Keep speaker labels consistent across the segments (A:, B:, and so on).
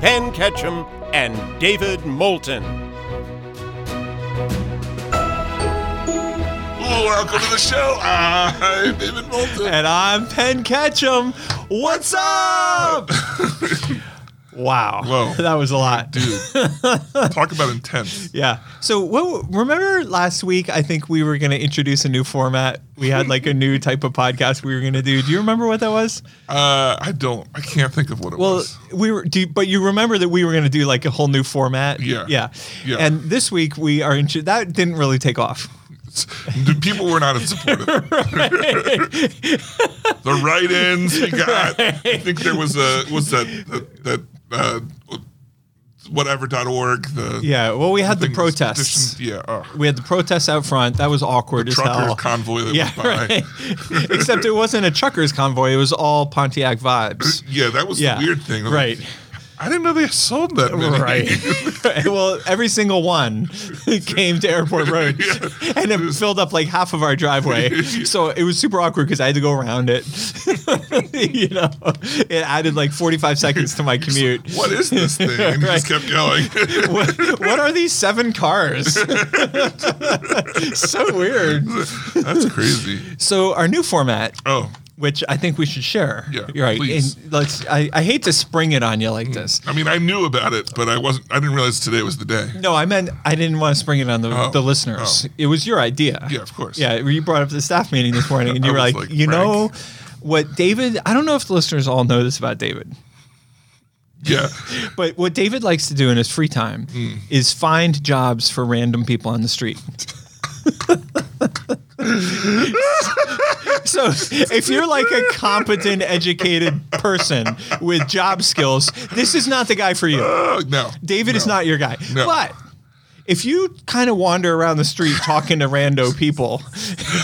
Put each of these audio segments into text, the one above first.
A: Penn Ketchum and David Moulton.
B: welcome to the show. I'm David Moulton.
C: And I'm Penn Ketchum. What's up? wow.
B: Whoa.
C: That was a lot.
B: Talk about intense.
C: Yeah. So what, remember last week, I think we were going to introduce a new format. We had like a new type of podcast we were going to do. Do you remember what that was?
B: Uh, I don't. I can't think of what it
C: Well,
B: was.
C: we were, do, but you remember that we were going to do like a whole new format.
B: Yeah.
C: Yeah.
B: Yeah.
C: And this week we are, intro- that didn't really take off.
B: The people were not as supportive. the write-ins we got. I think there was a was that that, that uh, whatever.org. The
C: Yeah. Well, we had the
B: thing-
C: protests.
B: Yeah. Oh.
C: We had the protests out front. That was awkward as
B: Trucker
C: hell.
B: convoy that
C: Yeah,
B: went by.
C: right. Except it wasn't a truckers convoy. It was all Pontiac vibes.
B: Yeah, that was
C: Yeah.
B: the weird thing. I'm like,
C: Right.
B: I didn't know they sold that many.
C: Right. well, every single one came to Airport Road and it filled up like half of our driveway. So it was super awkward because I had to go around it. you know, it added like 45 seconds to my commute.
B: What is this thing? And he just kept going.
C: What, what are these seven cars? so weird.
B: That's crazy.
C: So, our new format
B: Oh,
C: which I think we should share.
B: Yeah,
C: You're right.
B: please. Mm.
C: And let's. I, I hate to spring it on you like this.
B: I mean, I knew about it, but I wasn't. I didn't realize today was the day.
C: No, I meant I didn't want to spring it on the,
B: Oh,
C: the listeners.
B: oh.
C: It was your idea.
B: Yeah, of course.
C: Yeah, you brought up the staff meeting this morning, and
B: I
C: you were
B: was
C: like,
B: like,
C: you
B: Frank."
C: know what, David? I don't know if the listeners all know this about David,
B: Yeah,
C: but what David likes to do in his free time
B: Hmm.
C: is find jobs for random people on the street. So if you're like a competent, educated person with job skills, this is not the guy for you.
B: Oh, no.
C: David is
B: No.
C: not your guy.
B: No.
C: But if you kind of wander around the street talking to rando people,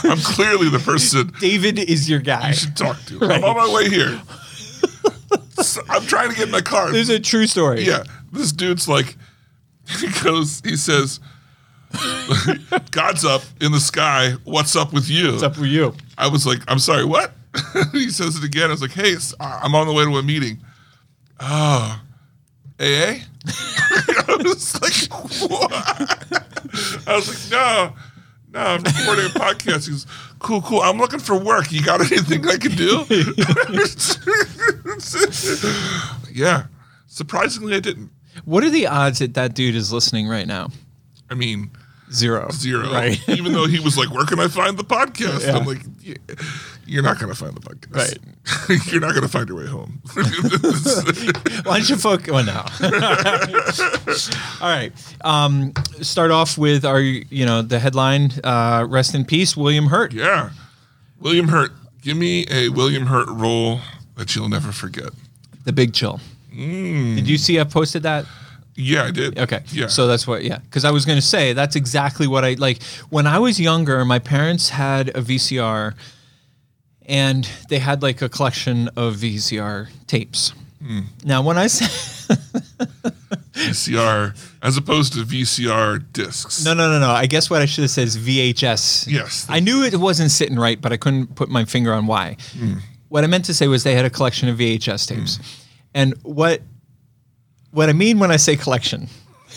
B: I'm clearly the person
C: David is your guy.
B: you should talk to. I'm on my way here. So I'm trying to get in my car.
C: This is a true story.
B: yeah, this dude's like, he goes, he says, "God's up in the sky. What's up with you?"
C: It's up for you.
B: I was like, I'm sorry, what? he says it again. I was like, hey, it's, I'm on the way to a meeting. Oh, AA? I was like, what? I was like, no, no, I'm recording a podcast. He goes, cool, cool. I'm looking for work. You got anything I can do? yeah. Surprisingly, I didn't.
C: What are the odds that that dude is listening right now?
B: I mean,
C: Zero.
B: zero.
C: Right.
B: Even though he was like, "Where can I find the podcast?"
C: Yeah.
B: I'm like, "Yeah, "You're not gonna find the podcast. You're not gonna find your way home."
C: Why don't you focus? Well, no. All right. Um, start off with our, you know, the headline. Uh, rest in peace, William Hurt.
B: yeah, William Hurt. Give me a William Hurt role that you'll never forget.
C: The Big Chill. Did you see? I posted that.
B: Yeah, I did.
C: Okay.
B: Mm. Yeah.
C: So that's what, yeah. Because I was going to say that's exactly what I like. When I was younger, my parents had a VCR and they had like a collection of VCR tapes.
B: Mm.
C: Now, when I say,
B: VCR, as opposed to VCR discs.
C: no, no, no, no, I guess what I should have said is VHS.
B: Yes.
C: I knew it wasn't sitting right, but I couldn't put my finger on why.
B: Mm.
C: What I meant to say was they had a collection of VHS tapes. And what what I mean when I say collection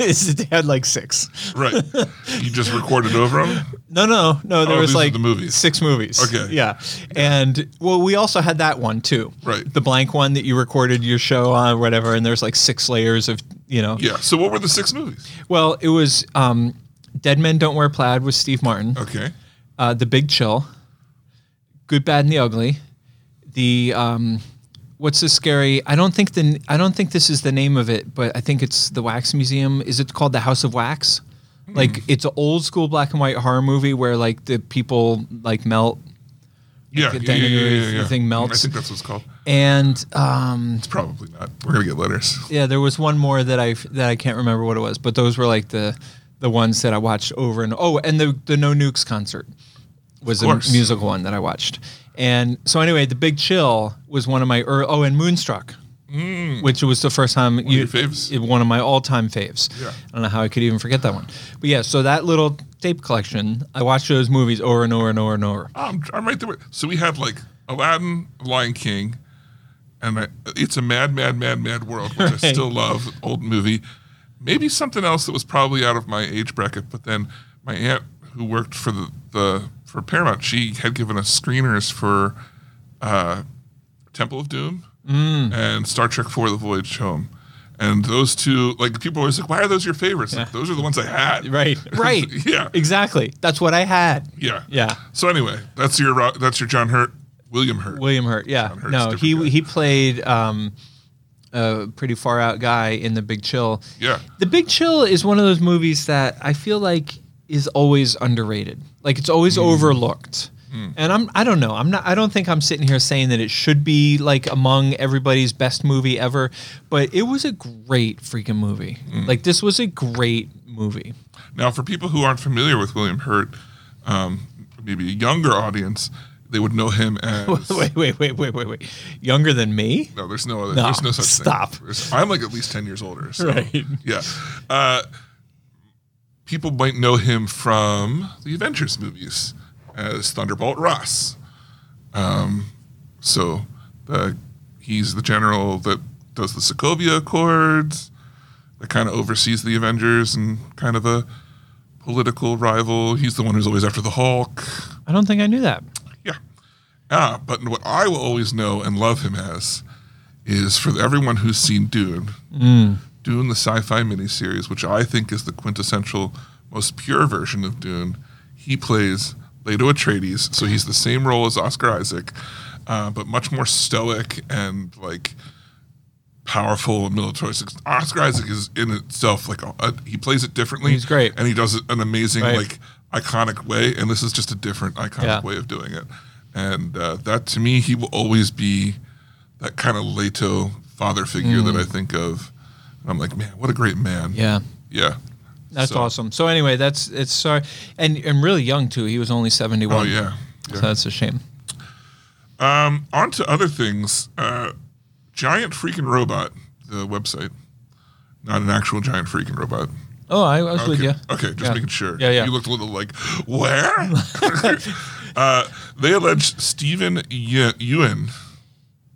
C: is that they had like six.
B: Right. you just recorded over them.
C: No, no, no. There
B: Oh,
C: was
B: these are
C: like
B: the movies.
C: six movies.
B: Okay.
C: Yeah. And well, we also had that one too.
B: Right.
C: The blank one that you recorded your show on or whatever. And there's like six layers of, you know.
B: Yeah. So what were the six movies?
C: Well, it was um, Dead Men Don't Wear Plaid with Steve Martin,
B: Okay.
C: uh, The Big Chill, Good, Bad, and the Ugly. The, um, what's the scary? I don't think the, I don't think this is the name of it, but I think it's the Wax Museum. Is it called the House of Wax? Like it's an old school black and white horror movie where like the people like melt
B: Yeah.
C: Like a
B: yeah, yeah, yeah,
C: dangling
B: yeah, yeah,
C: thing melts.
B: I think that's what's called.
C: and um,
B: Probably not. We're gonna get letters.
C: yeah, there was one more that I that I can't remember what it was, but those were like the the ones that I watched over and oh, and the the No Nukes concert was a
B: course.
C: musical one that I watched. And so anyway, The Big Chill was one of my ear oh, and Moonstruck, which was the first time one
B: Mm. your faves.
C: One of my all-time faves.
B: Yeah.
C: I don't know how I could even forget that one. But yeah, so that little tape collection, I watched those movies over and over and over and over.
B: I'm, I'm right there. With, so we had like Aladdin, Lion King, and I, it's a mad, mad, mad, mad world, which I still love. Old movie. Maybe something else that was probably out of my age bracket. But then my aunt, who worked for the, the for Paramount, she had given us screeners for uh, Temple of Doom
C: Mm.
B: and Star Trek Four: The Voyage Home. And those two, like people are always like, why are those your favorites? Like, those are the ones I had.
C: Right. Right.
B: Yeah.
C: Exactly. That's what I had.
B: Yeah.
C: Yeah.
B: So anyway, that's your Ro- that's your John Hurt, William Hurt.
C: William Hurt. Yeah.
B: Hurt's a
C: No,
B: different
C: he
B: guy.
C: he played um, a pretty far out guy in The Big Chill.
B: Yeah.
C: The Big Chill is one of those movies that I feel like is always underrated. Like it's always overlooked. And I'm I don't know. I'm not I don't think I'm sitting here saying that it should be like among everybody's best movie ever, but it was a great freaking movie. Like this was a great movie.
B: Now, for people who aren't familiar with William Hurt, um, maybe a younger audience, they would know him as.
C: Wait, wait, wait, wait, wait, wait. Younger than me?
B: No, there's no other.
C: No,
B: there's no such
C: stop.
B: thing. There's- I'm like at least ten years older. So,
C: Right.
B: Yeah. Uh, people might know him from the Avengers movies as Thunderbolt Ross. Um, so the, he's the general that does the Sokovia Accords, that kind of oversees the Avengers and kind of a political rival. He's the one who's always after the Hulk.
C: I don't think I knew that.
B: Yeah. Ah, but what I will always know and love him as is for everyone who's seen Dune,
C: Mm.
B: Dune, the sci fi miniseries, which I think is the quintessential, most pure version of Dune, he plays Leto Atreides. So he's the same role as Oscar Isaac, uh, but much more stoic and like powerful and militaristic. Oscar Isaac is in itself like a, a- he plays it differently.
C: He's great.
B: And he does it an amazing,
C: Right.
B: like iconic way. And this is just a different iconic
C: Yeah.
B: way of doing it. And uh, that to me, he will always be that kind of Leto father figure that I think of. And I'm like, man, what a great man.
C: Mm. Yeah.
B: Yeah.
C: That's
B: So-
C: awesome. So anyway, that's it's sorry, and and really young too. He was only seventy
B: Oh,
C: one.
B: yeah.
C: So that's a shame.
B: On to other things. Uh, giant Freaking Robot, the website. Not an actual Giant Freaking Robot.
C: Oh, I, I was with
B: Okay.
C: you.
B: Okay, just
C: Yeah.
B: making sure.
C: Yeah, yeah.
B: You looked a little like, where? uh, they allege Stephen Ye- Ewan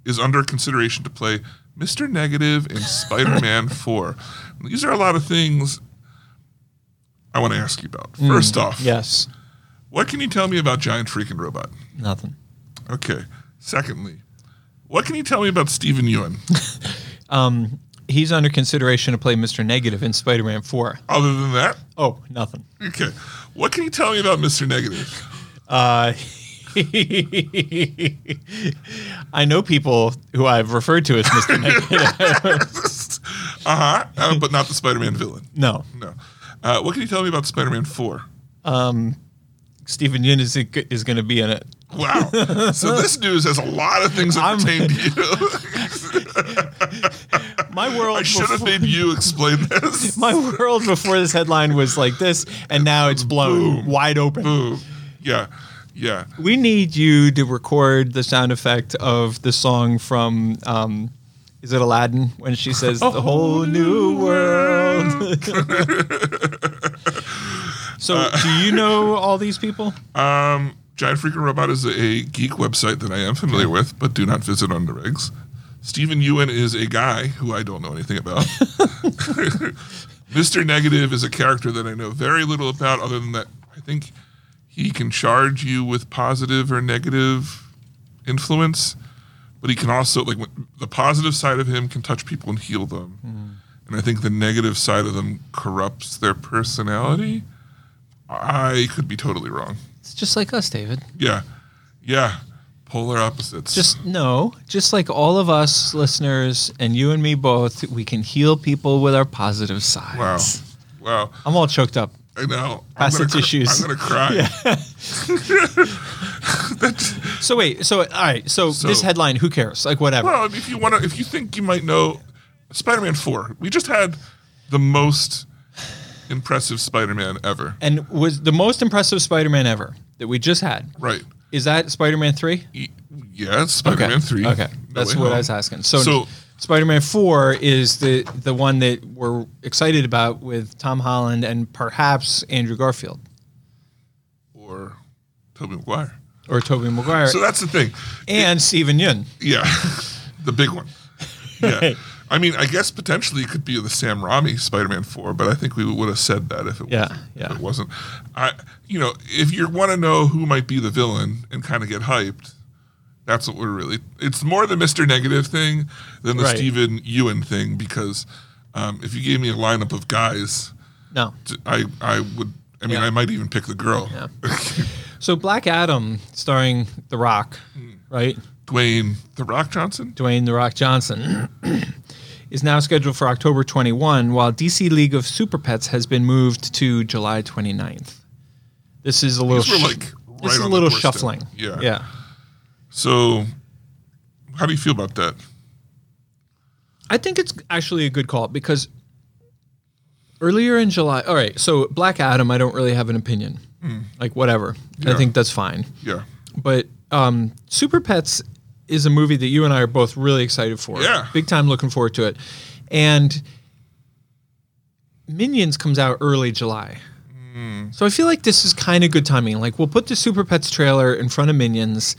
B: is under consideration to play Mr. Negative in Spider Man 4. These are a lot of things I want to ask you about.
C: Mm,
B: First off,
C: Yes.
B: what can you tell me about Giant Freaking Robot?
C: Nothing.
B: Okay. Secondly, what can you tell me about Stephen Ewan
C: He's under consideration to play Mister Negative in Spider Man Four.
B: other than that?
C: Oh, nothing.
B: Okay. What can you tell me about Mr. Negative?
C: Uh, I know people who I've referred to as Mister Negative.
B: Uh-huh. Uh, but not the Spider-Man villain.
C: No,
B: No. Uh, what can you tell me about Spider-Man 4?
C: Stephen Yin is is going to be in it.
B: Wow. so this news has a lot of things that
C: I'm-
B: pertain to you.
C: My world.
B: I should have
C: before-
B: made you explain this.
C: my world before this headline was like this, and now it's blown wide open.
B: Boom. Yeah. Yeah.
C: We need you to record the sound effect of the song from, um, is it Aladdin when she says the whole new world? so,
B: Uh.
C: do you know all these people?
B: Giant Freaking Robot is a geek website that I am familiar with, but do not visit on the regs. Stephen Ewan is a guy who I don't know anything about. Mr. Negative is a character that I know very little about, other than that I think he can charge you with positive or negative influence, but he can also, like, when- the positive side of him can touch people and heal them. And I think the negative side of them corrupts their personality. I could be totally wrong.
C: It's just like us, David.
B: Yeah. Yeah. Polar opposites.
C: Just no, just like all of us listeners and you and me both, we can heal people with our positive sides.
B: wow. Wow.
C: I'm all choked up.
B: I know. I'm
C: Pass the
B: gonna cr-
C: tissues.
B: I'm gonna cry. That-
C: So wait, so all right, so,
B: So-
C: this headline, who cares? Like whatever.
B: well, if you want to, if you think you might know, Spider-Man Four. We just had the most impressive Spider-Man ever.
C: and was the most impressive Spider-Man ever that we just had.
B: Right.
C: Is that Spider-Man 3?
B: E- Yeah, it's Spider-Man Three.
C: Okay.
B: No
C: That's
B: Way
C: what
B: Home.
C: I was asking. So,
B: So-
C: Spider-Man 4 is the the one that we're excited about with Tom Holland and perhaps Andrew Garfield
B: Or Tobey Maguire.
C: or Tobey Maguire
B: So that's the thing.
C: and Steven Yeun.
B: Yeah, the big one. Yeah. I mean, I guess potentially it could be the Sam Raimi Spider-Man Four, but I think we would have said that if it
C: Yeah,
B: wasn't, if
C: yeah.
B: it wasn't. I, you know, if you want to know who might be the villain and kind of get hyped, that's what we're really. It's more the Mister Negative thing than the
C: Right.
B: Steven Ewan thing because um, if you gave me a lineup of guys,
C: No.
B: t- I I would. I mean,
C: Yeah.
B: I might even pick the girl,
C: So Black Adam starring The Rock,
B: Hmm.
C: right?
B: Dwayne the Rock Johnson.
C: Dwayne The Rock Johnson, is now scheduled for October 21, while DC League of Super Pets has been moved to July 29th. This is a little,
B: These were,
C: sh-
B: like, right
C: this is a
B: on the
C: little
B: doorstep.
C: shuffling.
B: Yeah.
C: Yeah.
B: So, how do you feel about that?
C: I think it's actually a good call because earlier in July, all right, so Black Adam, I don't really have an opinion. Like, whatever. I
B: Yeah.
C: think that's fine.
B: Yeah.
C: But um, Super Pets is a movie that you and I are both really excited for.
B: Yeah.
C: Big time looking forward to it. And Minions comes out early July. So I feel like this is kind of good timing. Like we'll put the Super Pets trailer in front of Minions.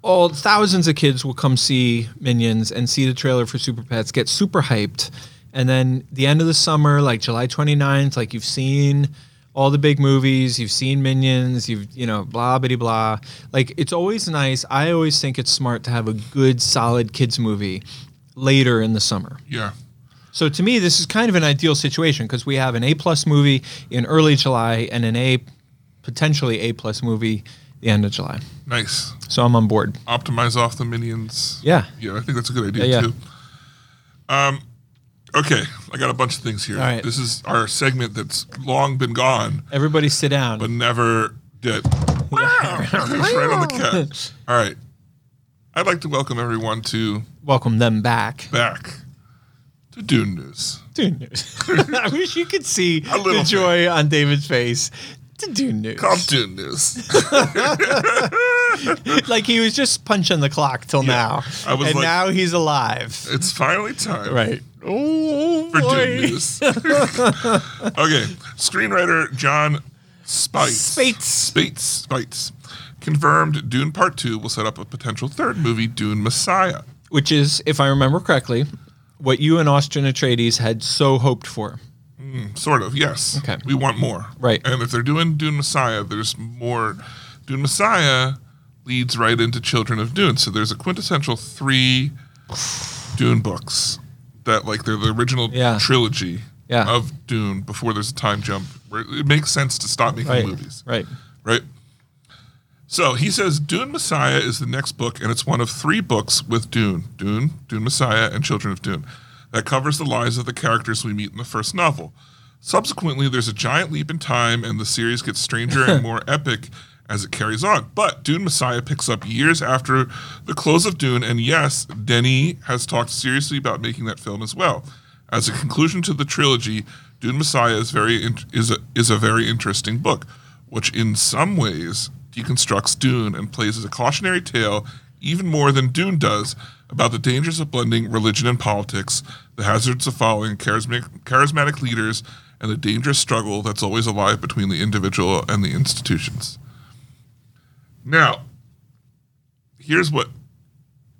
C: All thousands of kids will come see Minions and see the trailer for Super Pets, get super hyped. And then the end of the summer, like July 29th, like you've seen all the big movies, you've seen Minions, you've, you know, blah, bitty, blah. Like it's always nice. I always think it's smart to have a good, solid kids movie later in the summer.
B: Yeah.
C: So to me, this is kind of an ideal situation because we have an A plus movie in early July and an A, potentially A plus movie the end of July.
B: Nice.
C: So I'm on board.
B: Optimize off the minions.
C: Yeah.
B: Yeah, I think that's a good idea
C: Yeah, yeah.
B: too. Um, okay, I got a bunch of things here.
C: All right.
B: This is our segment that's long been gone,
C: Everybody sit down.
B: but never did. right on the cat. All right. I'd like to welcome everyone to
C: Welcome them back.
B: back to Dune News.
C: Dune news. I wish you could see
B: little
C: the joy on David's face. To Dune news.
B: Called Dune News.
C: Like he was just punching the clock till now.
B: I was
C: and
B: like-
C: now he's alive.
B: it's finally time.
C: Right. Oh,
B: for Dune
C: boy.
B: News. okay, screenwriter John Spites.
C: Spates.
B: Spates. Spites confirmed Dune Part Two will set up a potential third movie, Dune Messiah.
C: Which is, if I remember correctly, what you and Austin Atreides had so hoped for.
B: Sort of, yes.
C: Okay.
B: We want more.
C: Right.
B: And if they're doing Dune Messiah, there's more. Dune Messiah leads right into Children of Dune. So there's a quintessential three Dune books that, like, they're the original
C: Yeah.
B: trilogy
C: Yeah.
B: of Dune before there's a time jump. Where it makes sense to stop making
C: Right.
B: movies.
C: Right.
B: right? So he says Dune Messiah is the next book, and it's one of three books with Dune, Dune, Dune Messiah, and Children of Dune that covers the lives of the characters we meet in the first novel. Subsequently, there's a giant leap in time, and the series gets stranger and more epic as it carries on. But Dune Messiah picks up years after the close of Dune, and yes, Denny has talked seriously about making that film as well. As a conclusion to the trilogy, Dune Messiah is very in- is a, is a very interesting book which in some ways deconstructs Dune and plays as a cautionary tale even more than Dune does about the dangers of blending religion and politics, the hazards of following charismatic, charismatic leaders, and the dangerous struggle that's always alive between the individual and the institutions. Now, here's what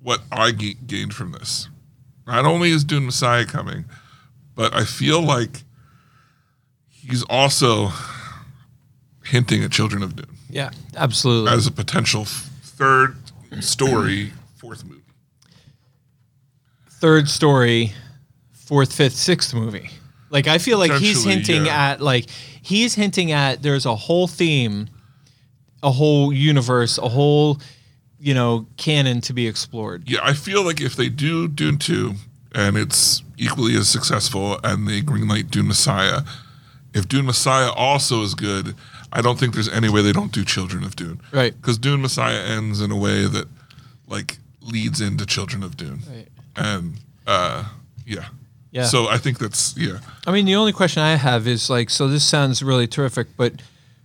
B: what I ga- gained from this. Not only is Dune Messiah coming, but I feel like he's also hinting at Children of Dune
C: Yeah, absolutely.
B: as a potential f- third story, fourth movie.
C: third story, fourth, fifth, sixth movie. Like I feel like he's
B: Potentially,
C: hinting
B: yeah.
C: at like he's hinting at there's a whole theme, a whole universe, a whole you know canon to be explored.
B: Yeah, I feel like if they do Dune 2 and it's equally as successful and they greenlight Dune Messiah, If Dune Messiah also is good, I don't think there's any way they don't do Children of Dune.
C: Right.
B: Because Dune Messiah ends in a way that like leads into Children of Dune.
C: Right.
B: And uh yeah.
C: Yeah.
B: So I think that's yeah.
C: I mean, the only question I have is like, so this sounds really terrific, but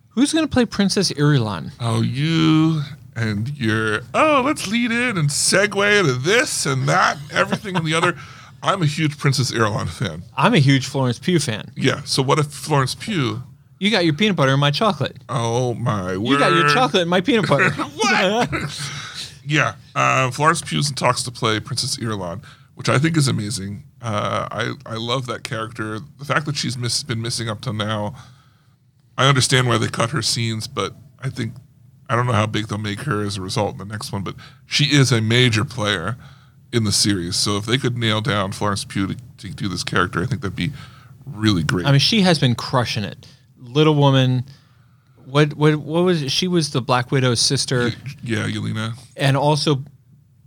C: who's going to play Princess Irulan?
B: Oh you and your oh let's lead in and segue into this and that everything and the other. I'm a huge Princess Irulan fan.
C: I'm a huge Florence Pugh fan.
B: Yeah. So what if Florence Pugh?
C: You got your peanut butter and my chocolate.
B: Oh my word!
C: You got your chocolate and my peanut butter.
B: what? yeah, uh, Florence Pugh talks to play Princess Irulan, which I think is amazing. Uh, I I love that character. The fact that she's miss, been missing up till now, I understand why they cut her scenes, but I think I don't know how big they'll make her as a result in the next one. But she is a major player in the series, so if they could nail down Florence Pugh to, to do this character, I think that'd be really great.
C: I mean, she has been crushing it. Little woman. What what what was it? she was the Black Widow's sister,
B: yeah, Yelena.
C: and also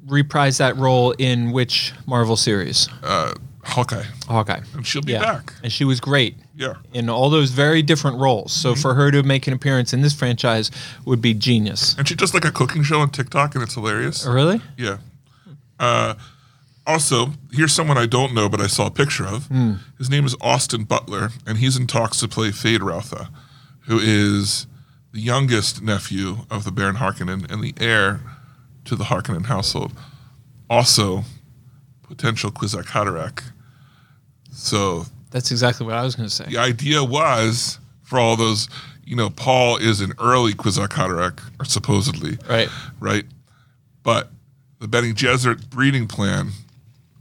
C: reprised that role in which Marvel series?
B: uh, Hawkeye,
C: Hawkeye.
B: and she'll be
C: Yeah,
B: back.
C: and she was great.
B: Yeah.
C: in all those very different roles. So
B: Mm-hmm.
C: for her to make an appearance in this franchise would be genius.
B: And she does like a cooking show on TikTok, and it's hilarious.
C: Really?
B: Yeah. Uh, also, here's someone I don't know, but I saw a picture of. His name is Austin Butler, and he's in talks to play Fade Rautha, who is the youngest nephew of the Baron Harkonnen and the heir to the Harkonnen household. Also, potential Kwisatz Haderach. So
C: That's exactly what I was going to say.
B: the idea was for all those, you know, Paul is an early Kwisatz Haderach, or supposedly
C: Right.
B: right? But the Benny Gesserit breeding plan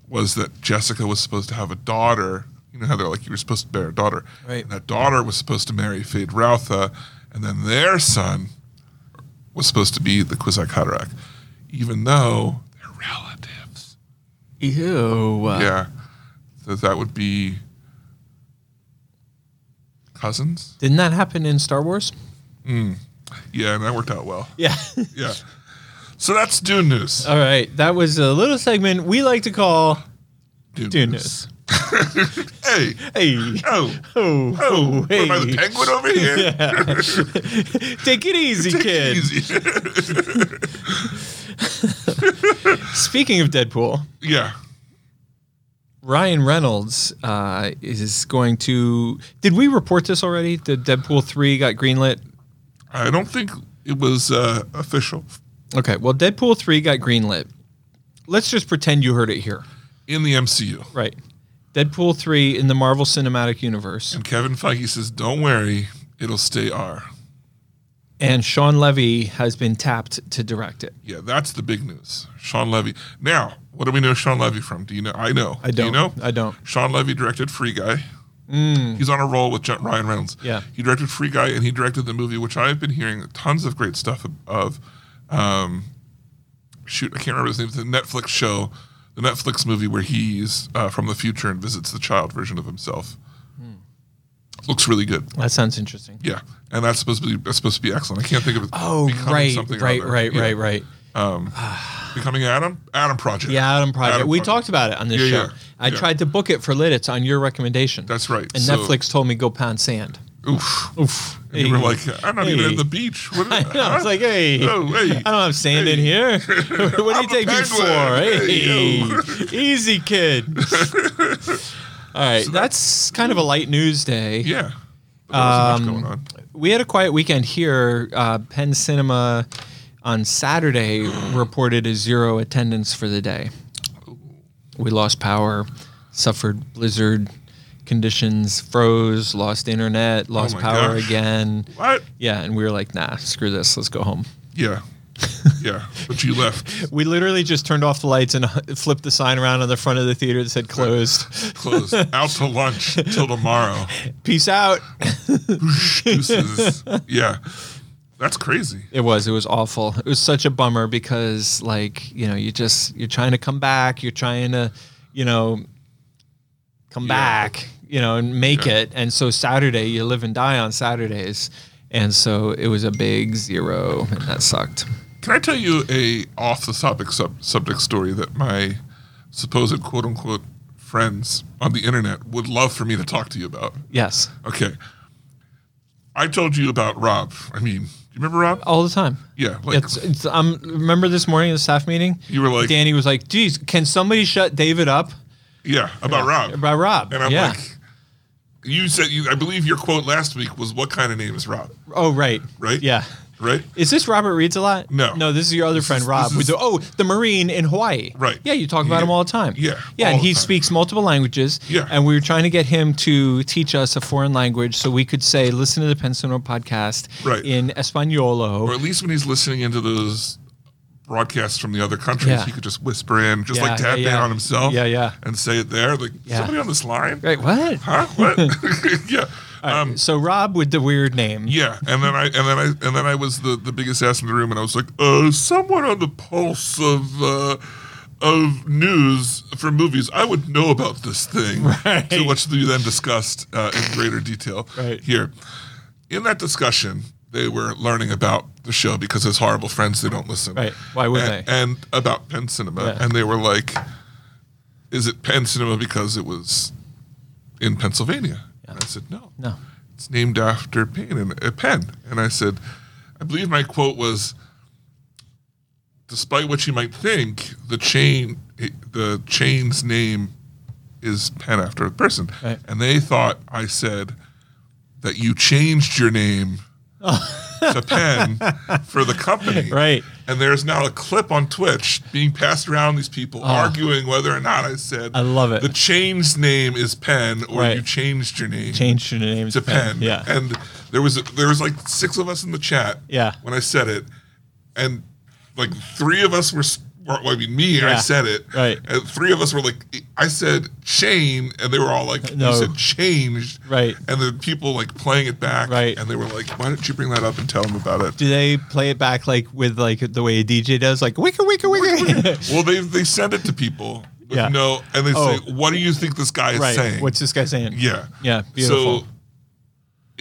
B: was that Jessica was supposed to have a daughter. You know how they're like, you were supposed to bear a daughter.
C: Right.
B: And that daughter was supposed to marry Fade Rautha, and then their son was supposed to be the Kwisatz Haderach, even though they're relatives.
C: Ew.
B: Yeah. So that would be cousins?
C: Didn't that happen in Star Wars?
B: Yeah, and that worked out well.
C: Yeah.
B: Yeah. So that's Dune News.
C: all right. That was a little segment we like to call Dune News.
B: Hey.
C: Hey.
B: Oh.
C: Oh.
B: Oh,
C: hey.
B: am I the penguin over here?
C: Take it easy,
B: Take it
C: kid.
B: easy.
C: Speaking of Deadpool,
B: yeah.
C: Ryan Reynolds uh, is going to. Did we report this already? The Deadpool 3 got greenlit?
B: I don't think it was uh, official.
C: Okay. Well, Deadpool 3 got greenlit. Let's just pretend you heard it here.
B: In the MCU.
C: Right. Deadpool 3 in the Marvel Cinematic Universe.
B: And Kevin Feige says, don't worry, it'll stay R.
C: And Sean Levy has been tapped to direct it.
B: Yeah, that's the big news. Sean Levy. Now, what do we know Sean Levy from? Do you know? I know.
C: I
B: Do you
C: don't.
B: know?
C: I don't. Mm.
B: Sean Levy directed Free Guy. He's on a roll with Jen- Ryan Reynolds.
C: Yeah.
B: He directed Free Guy and he directed the movie, which I've been hearing tons of great stuff of. um, shoot, I can't remember his name. It's the Netflix show, the Netflix movie where he's uh, from the future and visits the child version of himself.
C: Hmm.
B: Looks really good.
C: That sounds interesting.
B: Yeah. And that's supposed to be that's supposed to be excellent. I can't think of it.
C: Oh,
B: Becoming
C: right,
B: something or
C: right,
B: other.
C: right,
B: Yeah.
C: right, right.
B: Becoming Adam? Adam Project.
C: The Adam Project.
B: Adam
C: we
B: Project.
C: talked about it on this
B: Yeah,
C: show.
B: yeah,
C: I
B: yeah.
C: tried to book it for Lit. It's on your recommendation.
B: That's right.
C: And
B: So-
C: Netflix told me go pound sand.
B: Oof.
C: Oof.
B: And you were
C: Hey.
B: like, I'm not even
C: Hey.
B: in the beach. What,
C: I know. I was
B: huh?
C: like, hey,
B: Oh, hey.
C: I don't have sand in here. what do
B: I'm
C: you
B: a
C: take me
B: penguin.
C: for?
B: Hey,
C: Hey,
B: yo.
C: easy kid. All right, that's kind of a light news day.
B: yeah. But there
C: Um,
B: wasn't much going on.
C: we had a quiet weekend here. Uh, Penn Cinema on Saturday reported a zero attendance for the day. We lost power, suffered blizzard conditions, froze, lost internet, lost
B: my
C: power
B: gosh.
C: again.
B: What?
C: Yeah, and we were like, nah, screw this, let's go home.
B: Yeah. Yeah. But you left
C: We literally just turned off the lights and flipped the sign around on the front of the theater that said closed.
B: closed. Out to lunch till tomorrow.
C: Peace out.
B: Deuces. Yeah. That's crazy.
C: It was. It was awful. It was such a bummer because, like, you know, you just you're trying to come back. You're trying to, you know, come back. You know, and make
B: Yeah.
C: it. And so Saturday, you live and die on Saturdays. And so it was a big zero, and that sucked.
B: Can I tell you a off the topic sub- subject story that my supposed quote unquote friends on the internet would love for me to talk to you about?
C: Yes.
B: Okay. I told you about Rob. I mean, do you remember Rob?
C: all the time.
B: Yeah, like
C: Oh. it's, it's, um, remember this morning at the staff meeting?
B: You were like-
C: Danny was like, geez, can somebody shut David up
B: yeah, about Rob.
C: about Rob?
B: and I'm
C: yeah.
B: like, you said you. I believe your quote last week was, "What kind of name is Rob?"
C: oh, right.
B: Right?
C: Yeah.
B: Right?
C: Is this Robert Reed's a lot?
B: No.
C: No, this is your other friend,
B: is-
C: Rob.
B: this
C: with
B: is-
C: the, oh, the Marine in Hawaii.
B: Right.
C: Yeah, you talk about
B: Yeah.
C: him all the time.
B: Yeah,
C: Yeah,
B: all
C: and
B: the
C: he
B: time.
C: speaks multiple languages.
B: Yeah.
C: And we were trying to get him to teach us a foreign language so we could say, listen to the Pensino podcast
B: Right.
C: in Espanolo.
B: Or at least when he's listening into those broadcasts from the other countries,
C: Yeah.
B: he could just whisper in, just
C: Yeah,
B: like tap
C: yeah, yeah.
B: in on himself.
C: Yeah, yeah.
B: And say it there. Like,
C: Yeah.
B: somebody on this line?
C: right. What?
B: Huh? What? yeah. Um,
C: so Rob with the weird name.
B: yeah. And then I and then I and then I was the, the biggest ass in the room and I was like, uh, someone on the pulse of uh of news for movies, I would know about this thing,
C: Right.
B: to which you then discussed uh, in greater detail
C: Right.
B: here. In that discussion, they were learning about the show because as horrible friends, they don't listen.
C: Right. Why would
B: and,
C: they?
B: And about Penn Cinema,
C: Yeah.
B: and they were like, "Is it Penn Cinema because it was in Pennsylvania?" And I said, "No,
C: No.
B: it's named after Payne and uh, Penn." And I said, "I believe my quote was." Despite what you might think, the chain, it- the chain's name is Penn after the person,
C: Right.
B: and they thought I said that you changed your name to Penn for the company,
C: Right.
B: and there's now a clip on Twitch being passed around these people arguing whether or not I said
C: Oh. I love it.
B: The changed name is Penn, or
C: Right.
B: you changed your name
C: Changed your name
B: to Penn.
C: Yeah.
B: And there was there was like six of us in the chat.
C: Yeah.
B: When I said it, and like three of us were. s- were- well, I mean, me. I
C: Yeah.
B: said it.
C: Right.
B: And three of us were like, I said chain, and they were all like,
C: No.
B: you said changed.
C: Right.
B: And the people like playing it back.
C: Right.
B: And they were like, why don't you bring that up and tell them about it?
C: Do they play it back like with like the way a DJ does, like wicker wicker wicker?
B: Well, they they send it to people. With
C: Yeah.
B: No, and they
C: Oh.
B: say, "What do you think this guy is
C: right.
B: saying?"
C: What's this guy saying?
B: yeah,
C: Yeah, beautiful.
B: So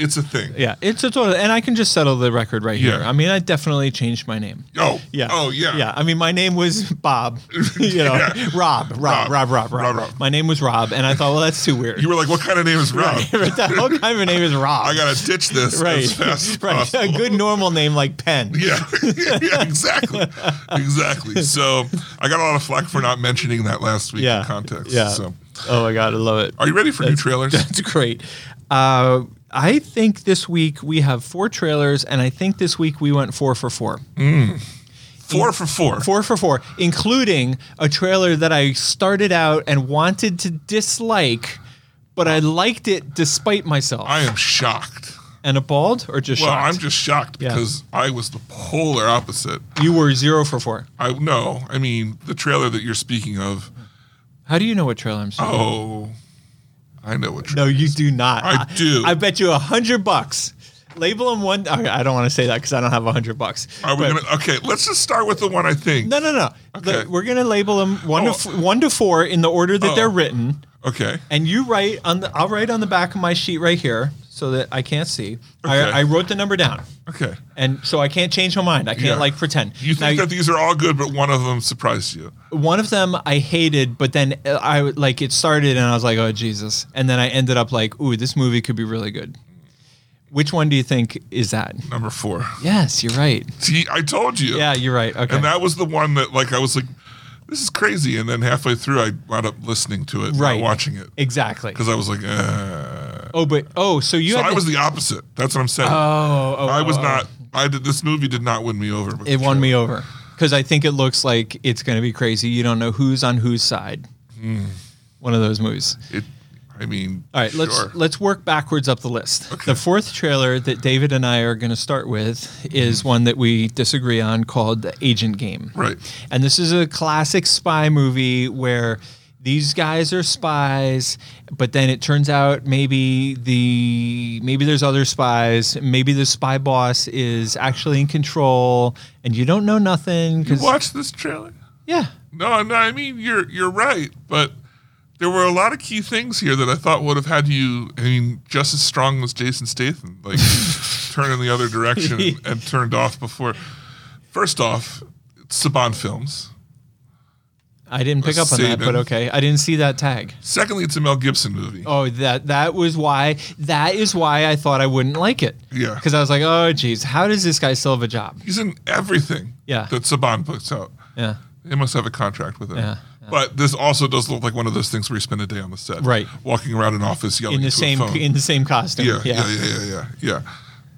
B: it's a thing.
C: Yeah, it's a total, and I can just settle the record right here.
B: Yeah.
C: I mean, I definitely changed my name.
B: Oh,
C: Yeah.
B: Oh, yeah.
C: Yeah. I mean, my name was Bob. you know,
B: Yeah.
C: Rob, Rob, Rob,
B: Rob.
C: Rob, Rob,
B: Rob, Rob.
C: My name was Rob, and I thought, well, that's too weird.
B: You were like, "What kind of name is Rob?"
C: that whole kind of name is Rob.
B: I gotta ditch this
C: right,
B: as fast as
C: right. A
B: possible.
C: good normal name like Penn.
B: Yeah. yeah, exactly, exactly. So I got a lot of flack for not mentioning that last week
C: Yeah.
B: in context.
C: Yeah.
B: So,
C: Oh my god, I love it.
B: are you ready for new trailers?
C: That's great. Uh, I think this week we have four trailers, and I think this week we went four for four.
B: Four for four.
C: Four for four, including a trailer that I started out and wanted to dislike, but I liked it despite myself.
B: I am shocked.
C: and a bald or just
B: Well,
C: shocked?
B: I'm just shocked
C: Yeah.
B: because I was the polar opposite.
C: you were zero for four.
B: I no, I mean the trailer that you're speaking of.
C: How do you know what trailer I'm seeing?
B: Oh, I know what.
C: No,
B: Trailer.
C: you do not.
B: Uh, I do.
C: I bet you a hundred bucks. Label them one. Okay, I don't want to say that because I don't have a hundred bucks.
B: Are we
C: But-
B: gonna? Okay, let's just start with the one I think.
C: No, no, no.
B: Okay.
C: The- we're gonna label them one
B: Oh.
C: to f- one to four in the order that
B: Oh.
C: they're written,
B: Okay.
C: and you write on the. I'll write on the back of my sheet right here so that I can't see.
B: Okay.
C: I, I wrote the number down,
B: Okay.
C: and so I can't change my mind. I can't
B: Yeah.
C: like pretend.
B: You think
C: Now,
B: that these are all good, but one of them surprised you.
C: one of them I hated, but then uh, I would- like it started and I was like, oh Jesus, and then I ended up like, ooh, this movie could be really good. Which one do you think is that?
B: Number four.
C: Yes, you're right.
B: See, I told you.
C: Yeah, you're right. Okay.
B: And that was the one that, like, I was like, this is crazy. And then halfway through, I wound up listening to it,
C: Right.
B: not watching it.
C: exactly.
B: Because I was like, uh.
C: Oh, but oh, so you
B: So
C: had
B: I
C: the-
B: was the opposite. That's what I'm saying.
C: oh, oh,
B: I was
C: oh, oh.
B: not, I did, this movie did not win me over. with
C: It
B: the
C: won me
B: trailer.
C: over because I think it looks like it's going to be crazy. You don't know who's on whose side.
B: Hmm.
C: One of those movies.
B: It, I mean,
C: All right,
B: sure.
C: let's let's work backwards up the list. The fourth trailer that David and I are going to start with is one that we disagree on called The Agent Game.
B: Mm-hmm. Right.
C: And this is a classic spy movie where these guys are spies, but then it turns out maybe the maybe there's other spies, maybe the spy boss is actually in control and you don't know nothing
B: You
C: cuz
B: watch this trailer?
C: yeah.
B: No, no, I mean you're you're right, but there were a lot of key things here that I thought would have had you. I mean, just as strong as Jason Statham, like turn in the other direction and, and turned off before. First off, it's Saban Films.
C: I didn't pick up on that, but
B: Satan.
C: okay. I didn't see that tag.
B: Secondly, it's a Mel Gibson movie.
C: Oh, that that was why that is why I thought I wouldn't like it.
B: Yeah.
C: Because I was like, oh geez, how does this guy still have a job?
B: He's in everything
C: Yeah.
B: that Saban puts out.
C: Yeah.
B: They must have a contract with him.
C: Yeah,
B: But this also does look like one of those things where you spend a day on the set,
C: Right.
B: Walking around an office yelling
C: In the
B: into a
C: same
B: phone.
C: in the same costume.
B: yeah, yeah, yeah, yeah, yeah, yeah,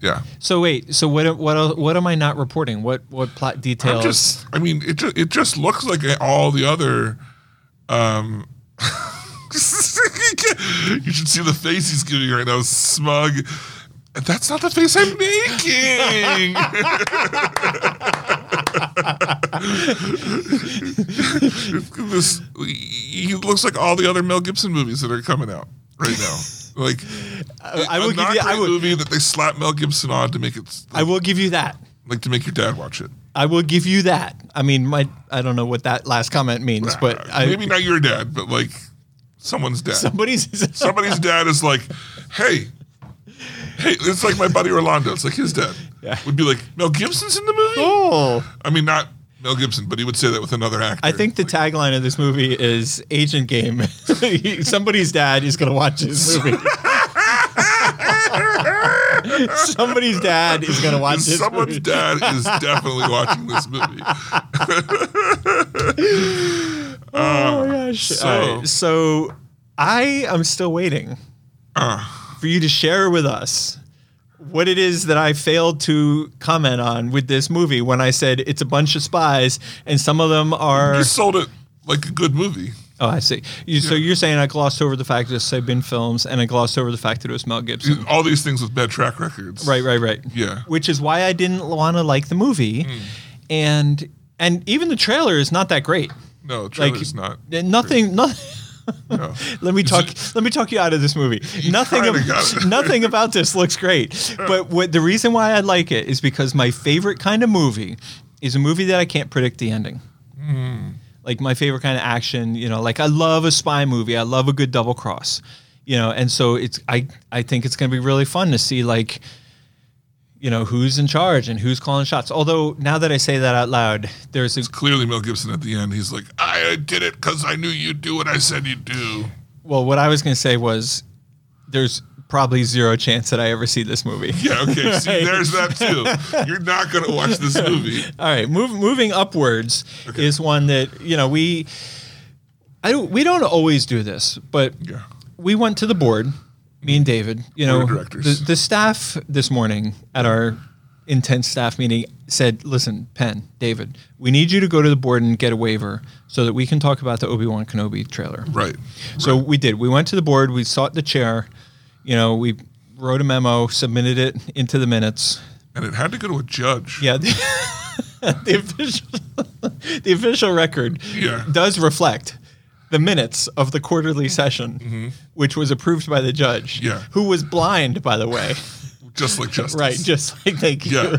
B: yeah.
C: So wait, so what what el- what am I not reporting? What what plot details?
B: I'm just, I mean, it just, it just looks like all the other. Um, you should see the face he's giving right now, smug. That's not the face I'm making. this, he looks like all the other Mel Gibson movies that are coming out right now. Like,
C: I will
B: a
C: give
B: not
C: you I
B: great
C: will,
B: movie that they slap Mel Gibson on to make it
C: I will give you that.
B: like to make your dad watch it.
C: I will give you that. I mean, my I don't know what that last comment means, but I,
B: maybe not your dad, but like someone's dad.
C: somebody's
B: Somebody's dad is like, hey, hey, it's like my buddy Rolando. It's like his dad
C: Yeah.
B: would be like, Mel Gibson's in the movie.
C: Oh.
B: I mean, not Mel Gibson, but he would say that with another actor.
C: I think the tagline of this movie is Agent Game. Somebody's dad is going to watch this movie. Somebody's dad is going to watch this
B: someone's
C: movie.
B: dad is definitely watching this movie.
C: Oh my gosh.
B: so-
C: All right, so I am still waiting for you to share with us what it is that I failed to comment on with this movie when I said it's a bunch of spies and some of them are
B: You sold it like a good movie.
C: Oh, I see. You, So you're saying I glossed over the fact that it's Sabine Films and I glossed over the fact that it was Mel Gibson.
B: All these things with bad track records.
C: Right, right, right.
B: Yeah.
C: Which is why I didn't want to like the movie, and and even the trailer is not that great.
B: No, the
C: Like
B: trailer's not.
C: nothing. Nothing.
B: No.
C: Let me
B: Is
C: talk.
B: it-
C: let me talk you out of this movie. Nothing.
B: kinda
C: ab-
B: got it.
C: nothing about this looks great. But what the reason why I like it is because my favorite kind of movie is a movie that I can't predict the ending.
B: Hmm.
C: Like my favorite kind of action, you know, like I love a spy movie. I love a good double cross, you know, and so it's I I think it's going to be really fun to see like you know who's in charge and who's calling shots. Although now that I say that out loud, there's a
B: Clearly, Mel Gibson at the end, he's like, I did it because I knew you'd do what I said you'd do.
C: Well, what I was going to say was there's probably zero chance that I ever see this movie.
B: Yeah, okay. See, there's that too. You're not going to watch this movie.
C: All right, move, moving upwards is one that, you know, we I don't- we don't always do this, but
B: Yeah.
C: we went to the board, me and David, you know,
B: of directors.
C: The, the staff this morning at our intense staff meeting said, listen, Penn, David, we need you to go to the board and get a waiver so that we can talk about the Obi-Wan Kenobi trailer.
B: Right.
C: So we did. We went to the board. We sought the chair. You know, we wrote a memo, submitted it into the minutes.
B: And it had to go to a judge.
C: Yeah, the, the official the official record
B: Yeah.
C: does reflect the minutes of the quarterly session, which was approved by the judge,
B: Mm-hmm. Yeah.
C: who was blind, by the way.
B: Just like justice.
C: Right, just like thank you,
B: Yeah.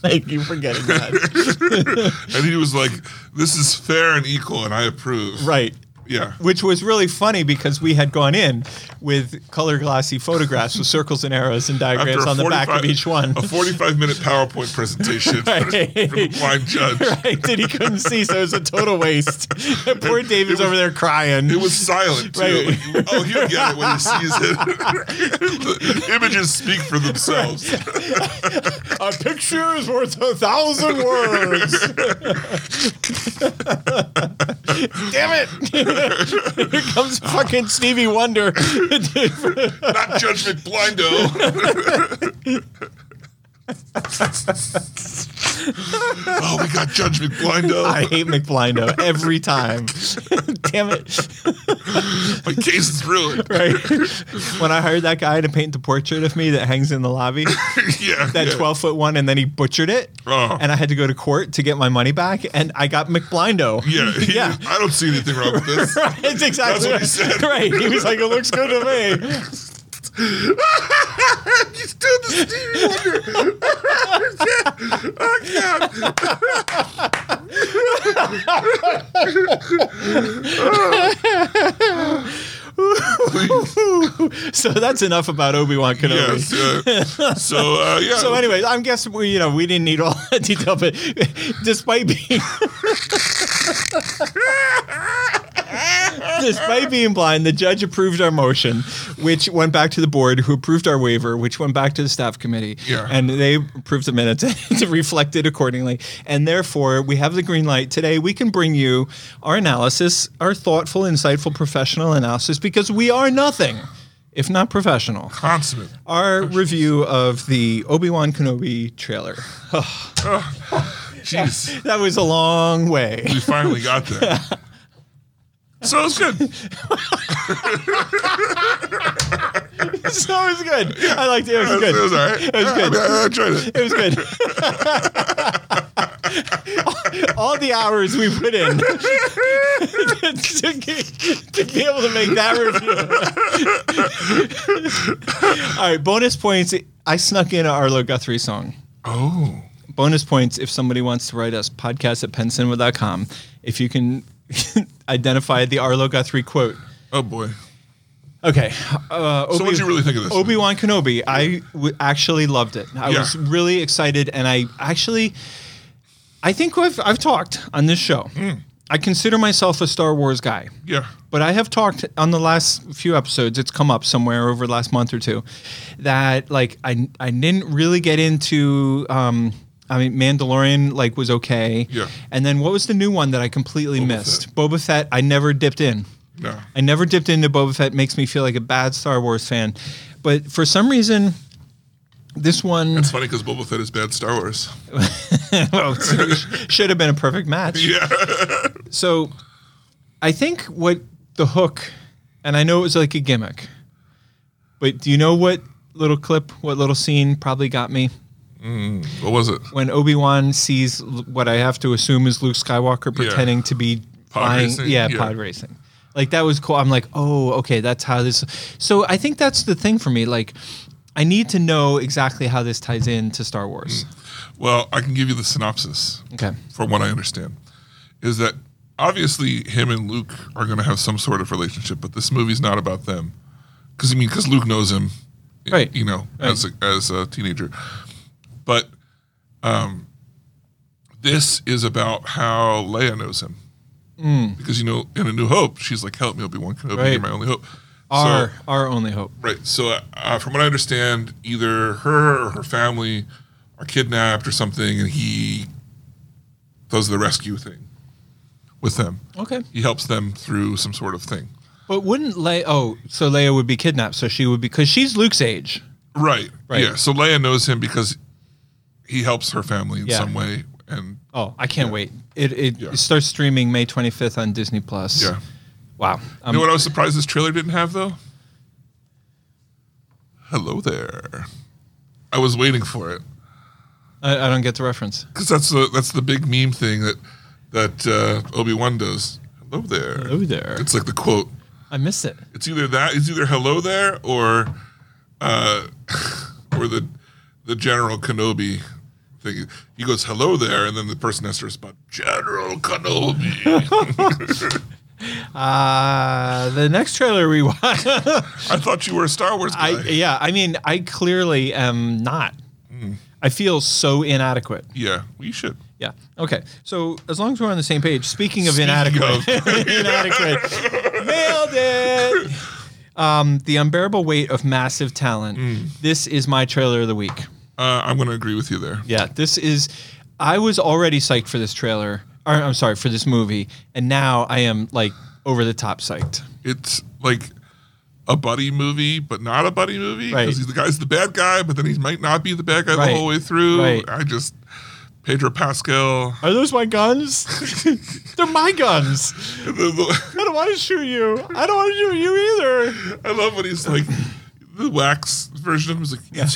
C: thank you for getting that.
B: And he was like, this is fair and equal, and I approve.
C: right.
B: Yeah.
C: which was really funny because we had gone in with color glossy photographs with circles and arrows and diagrams
B: a
C: on the back of
B: 45
C: each one.
B: A 45 minute PowerPoint presentation from a blind judge.
C: right, that he couldn't see, so it was a total waste. Poor David's over there crying.
B: It was silent too.
C: Right.
B: Oh, he'll get it when he sees it. the images speak for themselves.
C: a picture is worth a thousand words. Damn it! Here comes fucking Stevie Wonder.
B: Not judgment blindo. oh, we got judgment blindo.
C: I hate McBlindo every time. Damn it.
B: My case is ruined.
C: right? when I hired that guy to paint the portrait of me that hangs in the lobby,
B: yeah.
C: that
B: yeah.
C: 12 foot one, and then he butchered it.
B: Oh.
C: And I had to go to court to get my money back, and I got McBlindo.
B: Yeah, he-
C: Yeah.
B: I don't see anything wrong with this.
C: That's exactly
B: what he said.
C: Right. He was like, it looks good to me.
B: He's doing the Stevie Wonder. oh God!
C: so that's enough about Obi Wan Kenobi.
B: Yes. uh, so uh, yeah.
C: So, anyways, I'm guessing we, you know, we didn't need all that detail, but despite being, despite being blind, the judge approved our motion, which went back to the board, who approved our waiver, which went back to the staff committee,
B: Yeah.
C: and they approved the minutes and reflected accordingly. And therefore, we have the green light today. We can bring you our analysis, our thoughtful, insightful, professional analysis, because we are nothing. If not professional,
B: consummate.
C: our
B: Oh,
C: review of the Obi-Wan Kenobi trailer.
B: Jeez,
C: That was a long way.
B: we finally got there. So it's good.
C: so it was good. I liked it. It was
B: It
C: good. was
B: was all right. Yeah, I
C: good.
B: mean, I, I enjoyed it.
C: It was good. All the hours we put in to, get- to be able to make that review. All right, bonus points. I snuck in our Arlo Guthrie song.
B: Oh,
C: bonus points if somebody wants to write us podcast at pencinema.com if you can identify the Arlo Guthrie quote.
B: oh boy.
C: Okay. Uh, Obi-
B: So what'd you really think of this?
C: Obi Wan Kenobi. I w- actually loved it. I
B: Yeah.
C: was really excited, and I actually, I think I've, I've talked on this show.
B: Hmm.
C: I consider myself a Star Wars guy.
B: Yeah.
C: But I have talked on the last few episodes. It's come up somewhere over the last month or two that like I I didn't really get into. Um, I mean, Mandalorian like was okay.
B: Yeah.
C: And then what was the new one that I completely missed? Boba Fett. I never dipped in.
B: No.
C: I never dipped into Boba Fett. Makes me feel like a bad Star Wars fan. But for some reason, this one
B: It's funny because Boba Fett is bad Star Wars.
C: well, oh, should have been a perfect match.
B: Yeah.
C: So I think what the hook, and I know it was like a gimmick, but do you know what little clip, what little scene probably got me?
B: What was it?
C: When Obi Wan sees l- what I have to assume is Luke Skywalker pretending to be
B: Pod
C: flying,
B: racing?
C: yeah,
B: Yeah.
C: pod racing. Like that was cool. I'm like, oh, okay, that's how this. So I think that's the thing for me. Like, I need to know exactly how this ties into Star Wars.
B: Mm. Well, I can give you the synopsis.
C: Okay.
B: From what I understand, is that obviously him and Luke are going to have some sort of relationship, but this movie's not about them. Because I mean, because Luke knows him, y-
C: Right.
B: You know, as a, as a teenager, but um, this is about how Leia knows him. Because you know, in A New Hope, she's like, "Help me, Obi Wan Kenobi,
C: Mm. Right.
B: you're my only hope."
C: Our
B: So-
C: our only hope.
B: Right. So, uh, from what I understand, either her or her family are kidnapped or something, and he does the rescue thing with them.
C: Okay.
B: He helps them through some sort of thing.
C: But wouldn't Leia? Oh, so Leia would be kidnapped. So she would be because she's Luke's age.
B: Right.
C: Right.
B: Yeah. So Leia knows him because he helps her family in
C: Yeah.
B: some way, and
C: Oh, I can't wait! It it
B: Yeah.
C: starts streaming May twenty fifth on Disney Plus.
B: yeah.
C: Wow.
B: You know
C: Um,
B: what I was surprised this trailer didn't have though? Hello there. I was waiting for it.
C: I, I don't get the reference.
B: Because that's the that's the big meme thing that that uh, Obi Wan does. Hello there.
C: Hello there.
B: It's like the quote.
C: I missed it.
B: It's either that. It's either hello there or uh, or the the General Kenobi thing. He goes hello there, and then the person has to respond General Kenobi.
C: Uh, the next trailer we watched.
B: I thought you were a Star Wars
C: I
B: guy.
C: yeah. I mean, I clearly am not.
B: Mm.
C: I feel so inadequate.
B: yeah, we should.
C: Yeah. Okay. So as long as we're on the same page. Speaking of
B: Speaking
C: inadequate,
B: of-
C: inadequate, nailed it. Um, the unbearable weight of massive talent. This is my trailer of the week.
B: Uh, I'm going to agree with you there.
C: Yeah. This is. I was already psyched for this trailer. Or, I'm sorry for this movie, and now I am like over the top psyched.
B: It's like a buddy movie, but not a buddy movie
C: Right.
B: because the guy's the bad guy, but then he might not be the bad guy
C: Right.
B: the whole way through.
C: Right.
B: I just Pedro Pascal.
C: Are those my guns? They're my guns.
B: I
C: I don't want to shoot you. I don't want to shoot you either.
B: love when he's like the wax version of him is like it's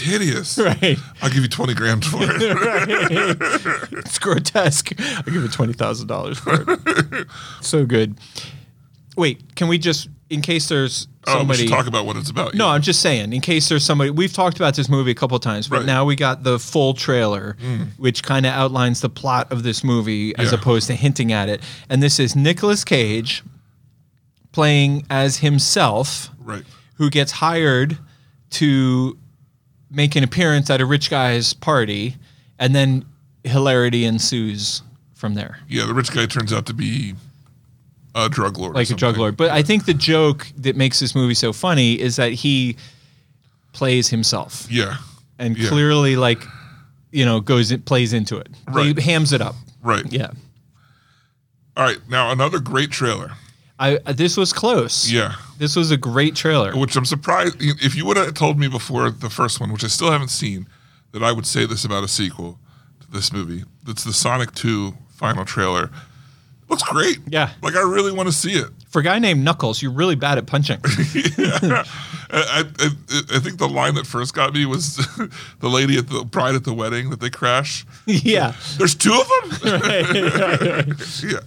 B: hideous.
C: Right.
B: I'll give you twenty grand for it. Oh,
C: It's grotesque. I give it twenty thousand dollars for it. so good. Wait, can we just, in case there's
B: oh, we
C: somebody?
B: should talk about what it's about.
C: no,
B: Yeah.
C: I'm just saying, in case there's somebody. We've talked about this movie a couple of times, but
B: Right. Mm.
C: now we got the full trailer, which kind of outlines the plot of this movie as
B: Yeah.
C: opposed to hinting at it. And this is Nicolas Cage playing as himself,
B: Right.
C: who gets hired to make an appearance at a rich guy's party, and then hilarity ensues from there,
B: Yeah, the rich guy turns out to be a drug lord. or
C: like a drug
B: something.
C: lord. But I think the joke that makes this movie so funny is that he plays himself
B: Yeah.
C: and
B: Yeah.
C: clearly, like, you know, goes it plays into it,
B: Right.
C: he hams it up.
B: Right.
C: Yeah,
B: All right. Now another great trailer.
C: I uh, this was close.
B: Yeah.
C: This was a great trailer.
B: Which I'm surprised if you would have told me before the first one, which I still haven't seen, that I would say this about a sequel to this movie. That's the Sonic 2 final trailer. Looks great.
C: Yeah.
B: Like I really want to see it.
C: For a guy named Knuckles, you're really bad at punching.
B: I, I, I- I think the line that first got me was the lady at the bride at the wedding that they crash.
C: yeah.
B: There's two of them. yeah.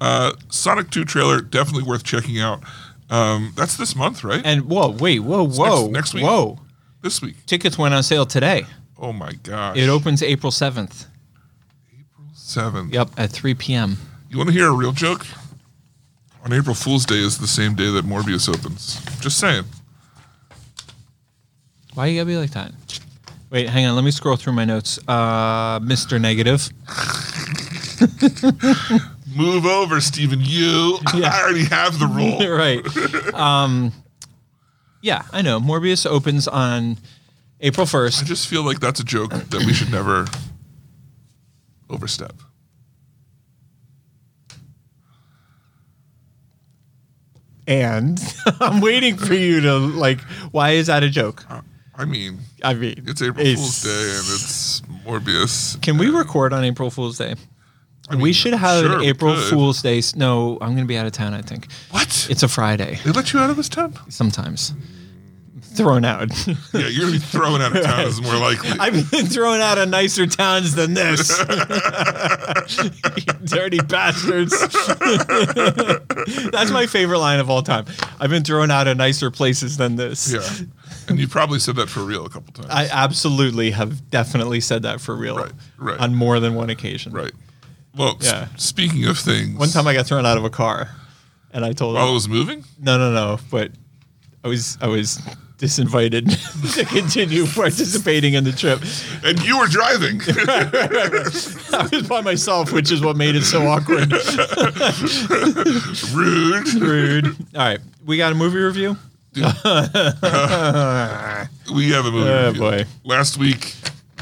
B: Uh, Sonic 2 trailer definitely worth checking out. Um, that's this month, right?
C: And whoa, wait, whoa, whoa.
B: next- next week.
C: Whoa.
B: this week.
C: Tickets went on sale today.
B: Oh my gosh.
C: It opens April 7th.
B: seven.
C: Yep, at 3 p.m.
B: You want to hear a real joke? On April Fool's Day is the same day that Morbius opens. Just saying.
C: Why you gotta be like that? Wait, hang on. Let me scroll through my notes. Uh, Mr. Negative.
B: Move over, Stephen. You.
C: Yeah.
B: I already have the role.
C: right. Um, yeah, I know. Morbius opens on April
B: I
C: 1st.
B: just feel like that's a joke that we should never overstep.
C: And I'm waiting for you to, like, why is that a joke?
B: I mean,
C: I mean,
B: it's April Fool's Day and it's Morbius.
C: Can we record on April Fool's Day? we
B: mean,
C: should have
B: Mm, sure,
C: an
B: we
C: April
B: could.
C: Fool's Day. s- No, I'm going to be out of town, I think.
B: What?
C: It's a Friday
B: they let you out of this town?
C: sometimes. Thrown out.
B: Yeah, you're gonna be thrown out of town is more likely.
C: I've been thrown out of nicer towns than this. you dirty bastards. That's my favorite line of all time. I've been thrown out of nicer places than this.
B: yeah, and you probably said that for real a couple times.
C: I absolutely have definitely said that for real
B: Right, right.
C: on more than one occasion.
B: right. Well, s-
C: Yeah.
B: speaking of things,
C: One time I got thrown out of a car and I told
B: while it was moving,
C: No, no, no. But I was I was disinvited to continue participating in the trip.
B: and you were driving.
C: I was by myself, which is what made it so awkward.
B: Rude.
C: Rude. All right, we got a movie review.
B: We have a movie.
C: Oh,
B: review.
C: boy.
B: Last week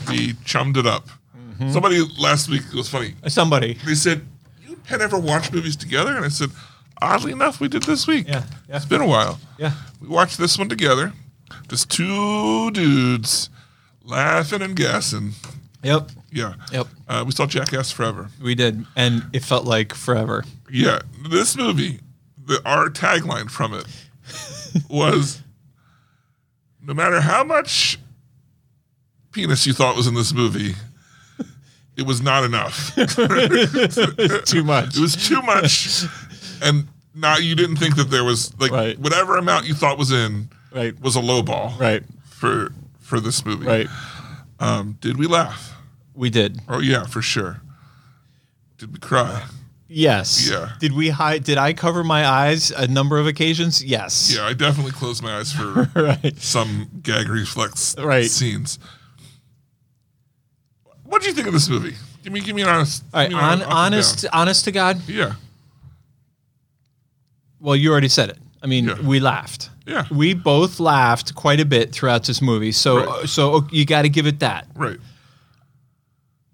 B: we chummed it up.
C: Mm-hmm.
B: Somebody last week it was funny.
C: Somebody.
B: They said you and Penn ever watched movies together, and I said, oddly enough, we did this week.
C: Yeah, yeah.
B: it's been a while.
C: Yeah.
B: We watched this one together. Just two dudes laughing and gassing.
C: Yep.
B: Yeah.
C: Yep.
B: Uh, we saw Jackass Forever.
C: We did, and it felt like forever.
B: Yeah. This movie, the, our tagline from it was no matter how much penis you thought was in this movie, it was not enough. it
C: Too much.
B: was too much. And now you didn't think that there was, like,
C: Right.
B: whatever amount you thought was in
C: Right.
B: was a low ball.
C: Right.
B: for for this movie.
C: Right.
B: Um, did we laugh?
C: We did.
B: Oh yeah, for sure. Did we cry?
C: Yes.
B: Yeah.
C: Did we hide? Did I cover my eyes a number of occasions? Yes.
B: Yeah, I definitely closed my eyes for
C: Right.
B: some gag reflex
C: Right.
B: scenes. What do you think of this movie? Give me give me an honest.
C: All right.
B: give me an
C: On,
B: hon- up and
C: honest,
B: down.
C: honest to God.
B: Yeah.
C: Well, you already said it. I mean,
B: Yeah.
C: we laughed.
B: Yeah.
C: We both laughed quite a bit throughout this movie. So
B: Right.
C: so uh, you got to give it that.
B: Right.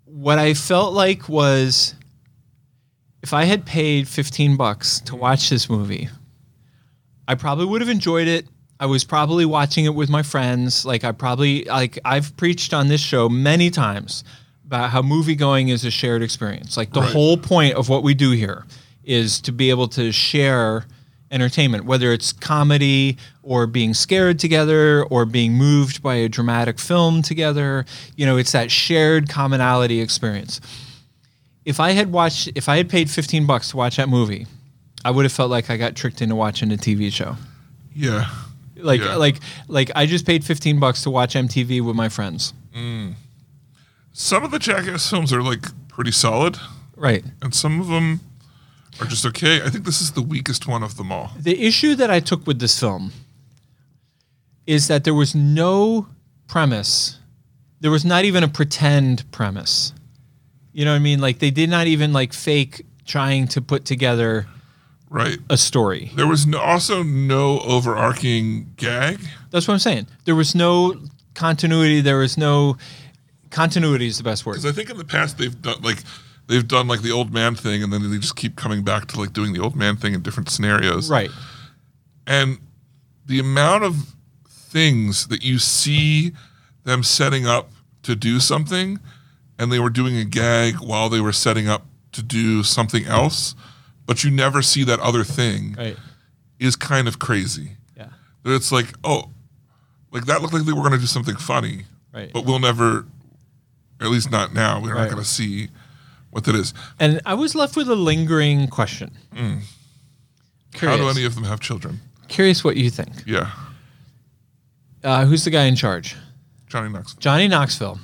C: What I felt like was if I had paid 15 bucks to watch this movie, I probably would have enjoyed it. I was probably watching it with my friends. Like I probably like I've preached on this show many times about how movie going is a shared experience. Like the
B: Right.
C: whole point of what we do here is to be able to share entertainment, whether it's comedy or being scared together or being moved by a dramatic film together. You know, it's that shared commonality experience if I had watched, if I had paid 15 bucks to watch that movie, I would have felt like I got tricked into watching a TV show.
B: Yeah.
C: Like,
B: Yeah.
C: like, like I just paid 15 bucks to watch MTV with my friends.
B: Some of the Jackass films are like pretty solid,
C: Right.
B: and some of them are just okay. I think this is the weakest one of them all.
C: The issue that I took with this film is that there was no premise. There was not even a pretend premise. You know what I mean? Like they did not even like fake trying to put together
B: Right.
C: a story.
B: There was no, also no overarching gag.
C: That's what I'm saying. There was no continuity. There was no continuity is the best word.
B: Because I think in the past they've done like they've done like the old man thing, and then they just keep coming back to like doing the old man thing in different scenarios.
C: Right.
B: And the amount of things that you see them setting up to do something, and they were doing a gag while they were setting up to do something else, but you never see that other thing
C: Right.
B: is kind of crazy.
C: Yeah.
B: That it's like, oh, like that looked like they were going to do something funny,
C: Right.
B: but we'll never, at least not now, we're
C: Right.
B: not going to see what that is.
C: And I was left with a lingering question. Curious.
B: Mm. How do any of them have children?
C: Curious what you think.
B: Yeah.
C: Uh, who's the guy in charge?
B: Johnny Knoxville.
C: Johnny Knoxville.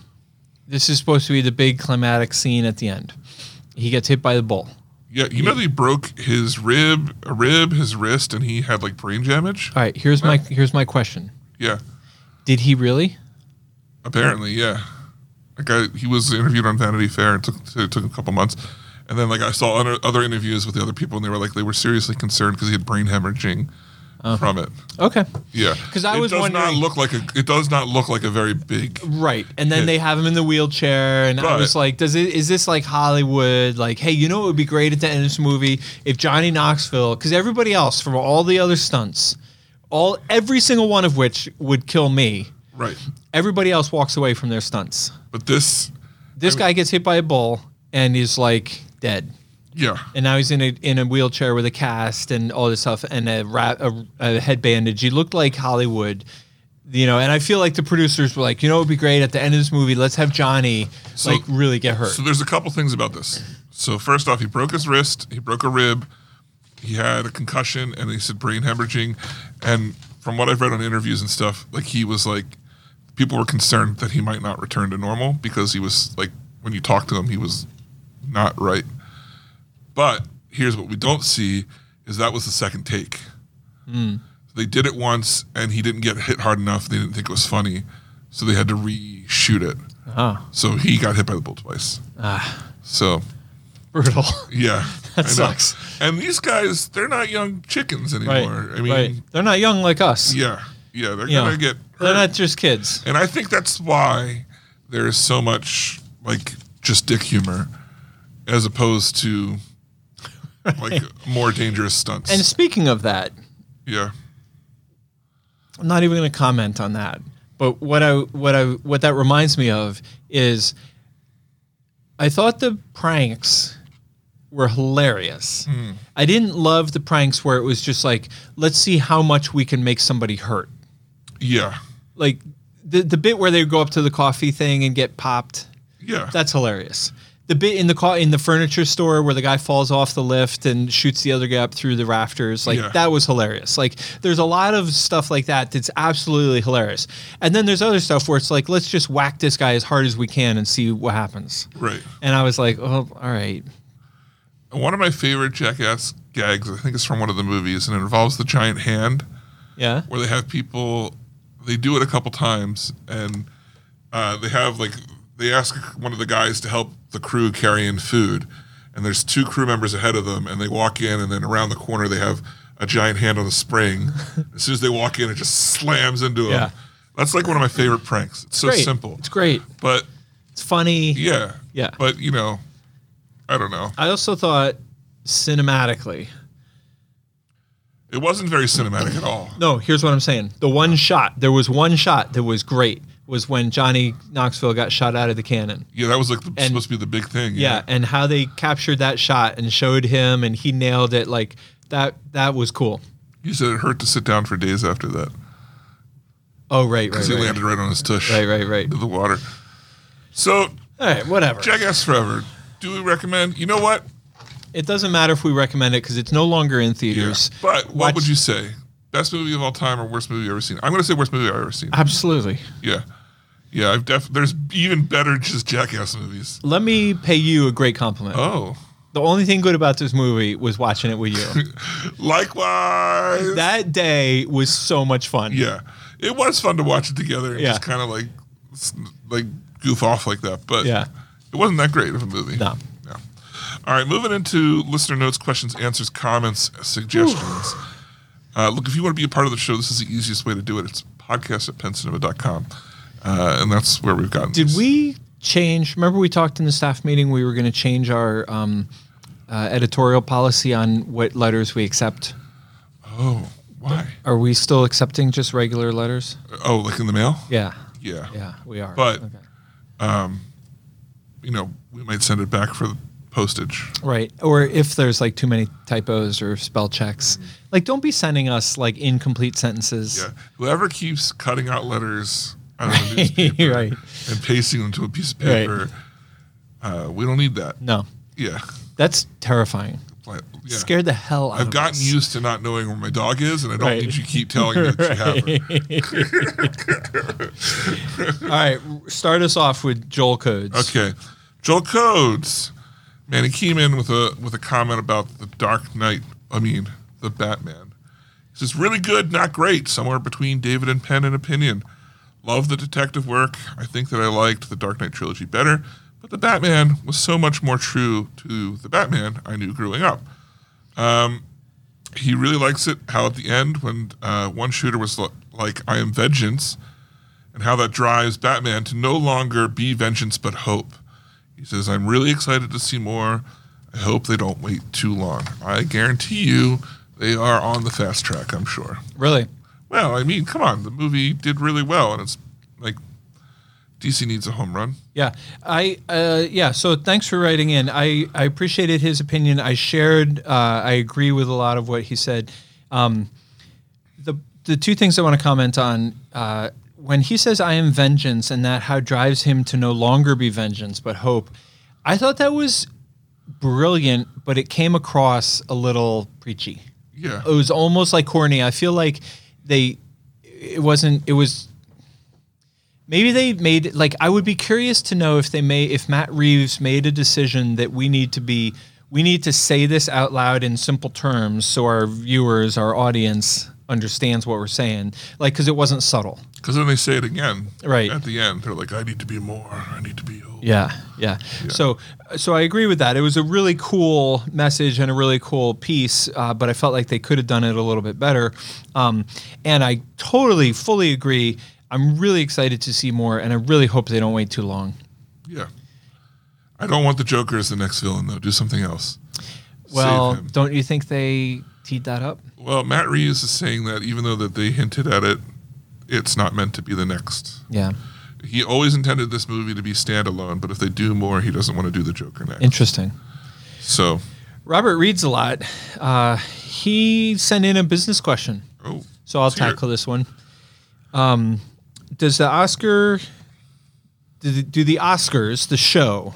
C: This is supposed to be the big climatic scene at the end. He gets hit by the bull.
B: Yeah, you know that he broke his rib, a rib, his wrist, and he had like brain damage.
C: All right, here's my here's my question.
B: Yeah,
C: Did he really?
B: apparently, yeah. Like I, he was interviewed on Vanity Fair, and took it took a couple months, and then like I saw other, other interviews with the other people, and they were like they were seriously concerned because he had brain hemorrhaging from it.
C: Okay.
B: Yeah,
C: Uh-huh. 'Cause I
B: it
C: was
B: does not
C: wondering-
B: look like a it does not look like a very big.
C: Right. And then they have him in the wheelchair and I
B: Right.
C: was like, does it is this like Hollywood like, hey, you know what would be great at the end of this movie if Johnny Knoxville cuz everybody else from all the other stunts, all every single one of which would kill me.
B: Right,
C: Everybody else walks away from their stunts.
B: but this,
C: This guy gets hit by a bull and is like dead.
B: yeah,
C: and now he's in a in a wheelchair with a cast and all this stuff and a wrap a, a head bandage. He looked like Hollywood, you know. And I feel like the producers were like, you know, it'd be great at the end of this movie. Let's have Johnny
B: So-
C: like really get hurt.
B: So there's a couple things about this. So first off, he broke his wrist, he broke a rib, he had a concussion, and he said brain hemorrhaging. And from what I've read on interviews and stuff, like he was like, people were concerned that he might not return to normal because he was like, when you talk to him, he was not right. But here's what we don't see is that was the second take. They did it once, and he didn't get hit hard enough. They didn't think it was funny, so they had to reshoot it. So he got hit by the bull twice. So
C: Brutal.
B: yeah,
C: That
B: I know.
C: sucks.
B: And these guys, they're not young chickens
C: right.
B: anymore. I mean,
C: right. They're not young like us.
B: yeah, yeah, they're
C: you know.
B: gonna get
C: They're
B: hurt.
C: not just kids.
B: and I think that's why there is so much like just dick humor, as opposed to like more dangerous stunts.
C: And speaking of that,
B: yeah,
C: I'm not even going to comment on that. But what I what I what that reminds me of is I thought the pranks were hilarious. I didn't love the pranks where it was just like let's see how much we can make somebody hurt.
B: yeah,
C: Like the the bit where they go up to the coffee thing and get popped.
B: yeah.
C: That's hilarious. The bit in the car in the furniture store where the guy falls off the lift and shoots the other guy up through the rafters, like
B: Yeah.
C: that was hilarious. Like there's a lot of stuff like that that's absolutely hilarious. And then there's other stuff where it's like let's just whack this guy as hard as we can and see what happens.
B: right.
C: And I was like, oh, all right,
B: One of my favorite Jackass gags, I think, is from one of the movies, and it involves the giant hand.
C: yeah,
B: where they have people they do it a couple times and uh, they have like they ask one of the guys to help the crew carry in food and there's two crew members ahead of them and they walk in and then around the corner they have a giant hand on the spring as soon as they walk in it just slams into them
C: Yeah.
B: that's like one of my favorite pranks it's so
C: great,
B: simple
C: It's great.
B: but
C: It's funny.
B: yeah
C: Yeah.
B: but you know i don't know
C: I also thought cinematically.
B: it wasn't very cinematic at all
C: No, here's what I'm saying. The one shot, there was one shot that was great was when Johnny Knoxville got shot out of the cannon.
B: yeah that was like the,
C: And-
B: supposed to be the big thing
C: yeah and how they captured that shot and showed him and he nailed it like that that was cool
B: you said it hurt to sit down for days after that
C: oh right right
B: Because he
C: right
B: landed right on his tush.
C: right right right
B: Into the water. So,
C: all right whatever
B: Jackass Forever. Do we recommend? You know what?
C: it doesn't matter if we recommend it because it's no longer in theaters
B: But what
C: Watch-
B: would you say? Best movie of all time or worst movie I've ever seen? I'm going to say worst movie I've ever seen.
C: absolutely
B: yeah. Yeah, I've def- there's even better just Jackass movies.
C: let me pay you a great compliment
B: Oh,
C: The only thing good about this movie was watching it with you.
B: Likewise.
C: that day was so much fun.
B: yeah, it was fun to watch it together and
C: Yeah.
B: just kind of like s- like goof off like that. But
C: Yeah.
B: it wasn't that great of a movie.
C: No.
B: No. All right, moving into listener notes, questions, answers, comments, suggestions. Uh, look, if you want to be a part of the show, this is the easiest way to do it. It's podcast at pencinema.com. Uh, and that's where we've gotten.
C: Did
B: these.
C: we change? Remember, we talked in the staff meeting we were going to change our um, uh, editorial policy on what letters we accept.
B: Oh, why?
C: Are we still accepting just regular letters?
B: Oh, like in the mail?
C: Yeah.
B: Yeah.
C: Yeah, we are.
B: But, You know, we might send it back for the postage.
C: right. Or if there's like too many typos or spell checks, like don't be sending us like incomplete sentences.
B: Mm-hmm. Yeah. Whoever keeps cutting out letters out of the newspaper
C: right.
B: and pasting them to a piece of
C: Right.
B: paper, uh, we don't need that.
C: No,
B: Yeah.
C: that's terrifying.
B: Like, yeah.
C: Scared the hell out
B: I've
C: of
B: gotten
C: us.
B: used to not knowing where my dog is, and I don't
C: Right.
B: need you to keep telling me that you have her.
C: All right, start us off with Joel codes.
B: Okay. Joel Codes. Manny Keeman with a with a comment about the Dark Knight. I mean, the Batman. He says, really good, not great. Somewhere between David and Penn in opinion. Love the detective work. I think that I liked the Dark Knight trilogy better, but the Batman was so much more true to the Batman I knew growing up. Um, he really likes it how at the end when uh, one shooter was l- like i am vengeance and how that drives batman to no longer be vengeance but hope he says i'm really excited to see more i hope they don't wait too long i guarantee you they are on the fast track i'm sure
C: Really?
B: well i mean come on the movie did really well and it's like dc needs a home run
C: Yeah, I uh, yeah. So thanks for writing in. I I appreciated his opinion. I shared. Uh, I agree with a lot of what he said. Um, the the two things I want to comment on uh, when he says "I am vengeance" and that how drives him to no longer be vengeance but hope. I thought that was brilliant, but it came across a little preachy.
B: yeah
C: It was almost like corny. I feel like they it wasn't it was maybe they made like I would be curious to know if they may if Matt Reeves made a decision that we need to be we need to say this out loud in simple terms so our viewers, our audience understands what we're saying. Like cuz it wasn't subtle.
B: because then they say it again
C: Right.
B: at the end they're like i need to be more i need to be hope.
C: Yeah, yeah. So, so I agree with that. It was a really cool message and a really cool piece, uh, but I felt like they could have done it a little bit better. Um, and I totally, fully agree. I'm really excited to see more, and I really hope they don't wait too long.
B: Yeah. I don't want the Joker as the next villain, though. Do something else.
C: Well,
B: him.
C: don't you think they teed that up?
B: Well, Matt Reeves is saying that even though that they hinted at it, it's not meant to be the next.
C: Yeah,
B: He always intended this movie to be standalone, but if they do more, he doesn't want to do the Joker next.
C: interesting.
B: So,
C: Robert reads a lot. Uh, he sent in a business question.
B: oh,
C: So I'll
B: let's hear it.
C: tackle this one. Um, does the Oscar, do the, do the Oscars, the show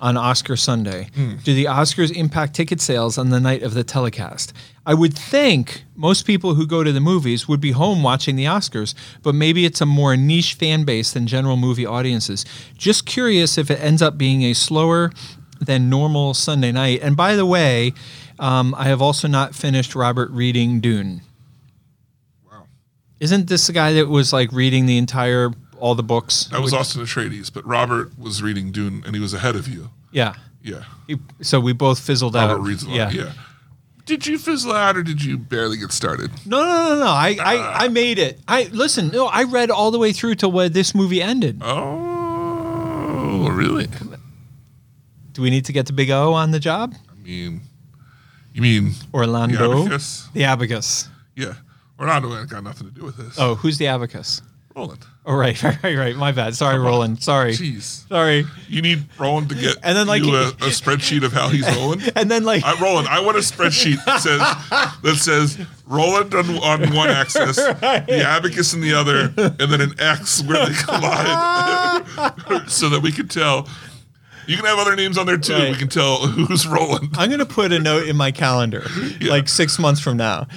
C: on Oscar Sunday,
B: Hmm.
C: do the Oscars impact ticket sales on the night of the telecast? I would think most people who go to the movies would be home watching the Oscars, but maybe it's a more niche fan base than general movie audiences. Just curious if it ends up being a slower than normal Sunday night. And by the way, um, I have also not finished Robert reading Dune. Isn't this the guy that was like reading the entire all the books?
B: That was Austin Atreides, but Robert was reading Dune, and he was ahead of you.
C: Yeah.
B: Yeah.
C: He- So we both fizzled out.
B: Robert reads a lot. Yeah. Did you fizzle out, or did you barely get started?
C: No, no, no, no. I, I, I made it. I listen. No, I read all the way through to where this movie ended.
B: Oh, really?
C: Do we need to get the big O on the job?
B: I mean, you mean
C: Orlando.
B: Yes.
C: The abacus.
B: Yeah. Orlando ain't got nothing to do with this.
C: Oh, who's the abacus?
B: Roland.
C: All right, right, right, right. My bad. Sorry, Roland. Sorry.
B: Jeez.
C: Sorry.
B: You need Roland to get
C: And then, like,
B: you a, a spreadsheet of how he's rolling.
C: And then like
B: I, Roland, I want a spreadsheet that says that says Roland on, on one axis, the abacus in the other, and then an X where they collide, so that we can tell You can have other names on there too.
C: Right.
B: We can tell who's rolling.
C: I'm going to put a note in my calendar, like six months from now,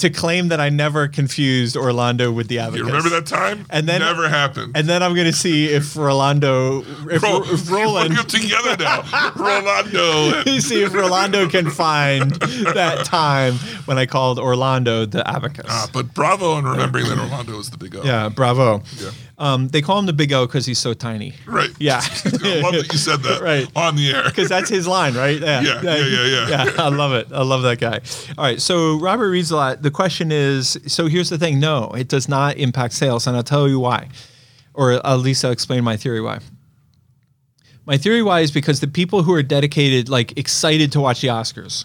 C: to claim that I never confused Orlando with the Abacus.
B: You remember that time?
C: And then-
B: never happened.
C: And then I'm going to see if Rolando, if,
B: Ro-
C: if Roland,
B: We're together now. Rolando. and-
C: see if Rolando can find that time when I called Orlando the Abacus.
B: Ah, but bravo on remembering that Orlando is the big O.
C: yeah, bravo.
B: Yeah.
C: Um, they call him the Big O because he's so tiny.
B: Right.
C: Yeah.
B: I love that you said that
C: Right.
B: on the air.
C: because that's his line, right?
B: Yeah, yeah, yeah, yeah.
C: I love it. I love that guy. All right, so Robert reads a lot. The question is, so here's the thing: no, it does not impact sales, and I'll tell you why, or at least I'll explain my theory why. My theory why is because the people who are dedicated, like excited to watch the Oscars,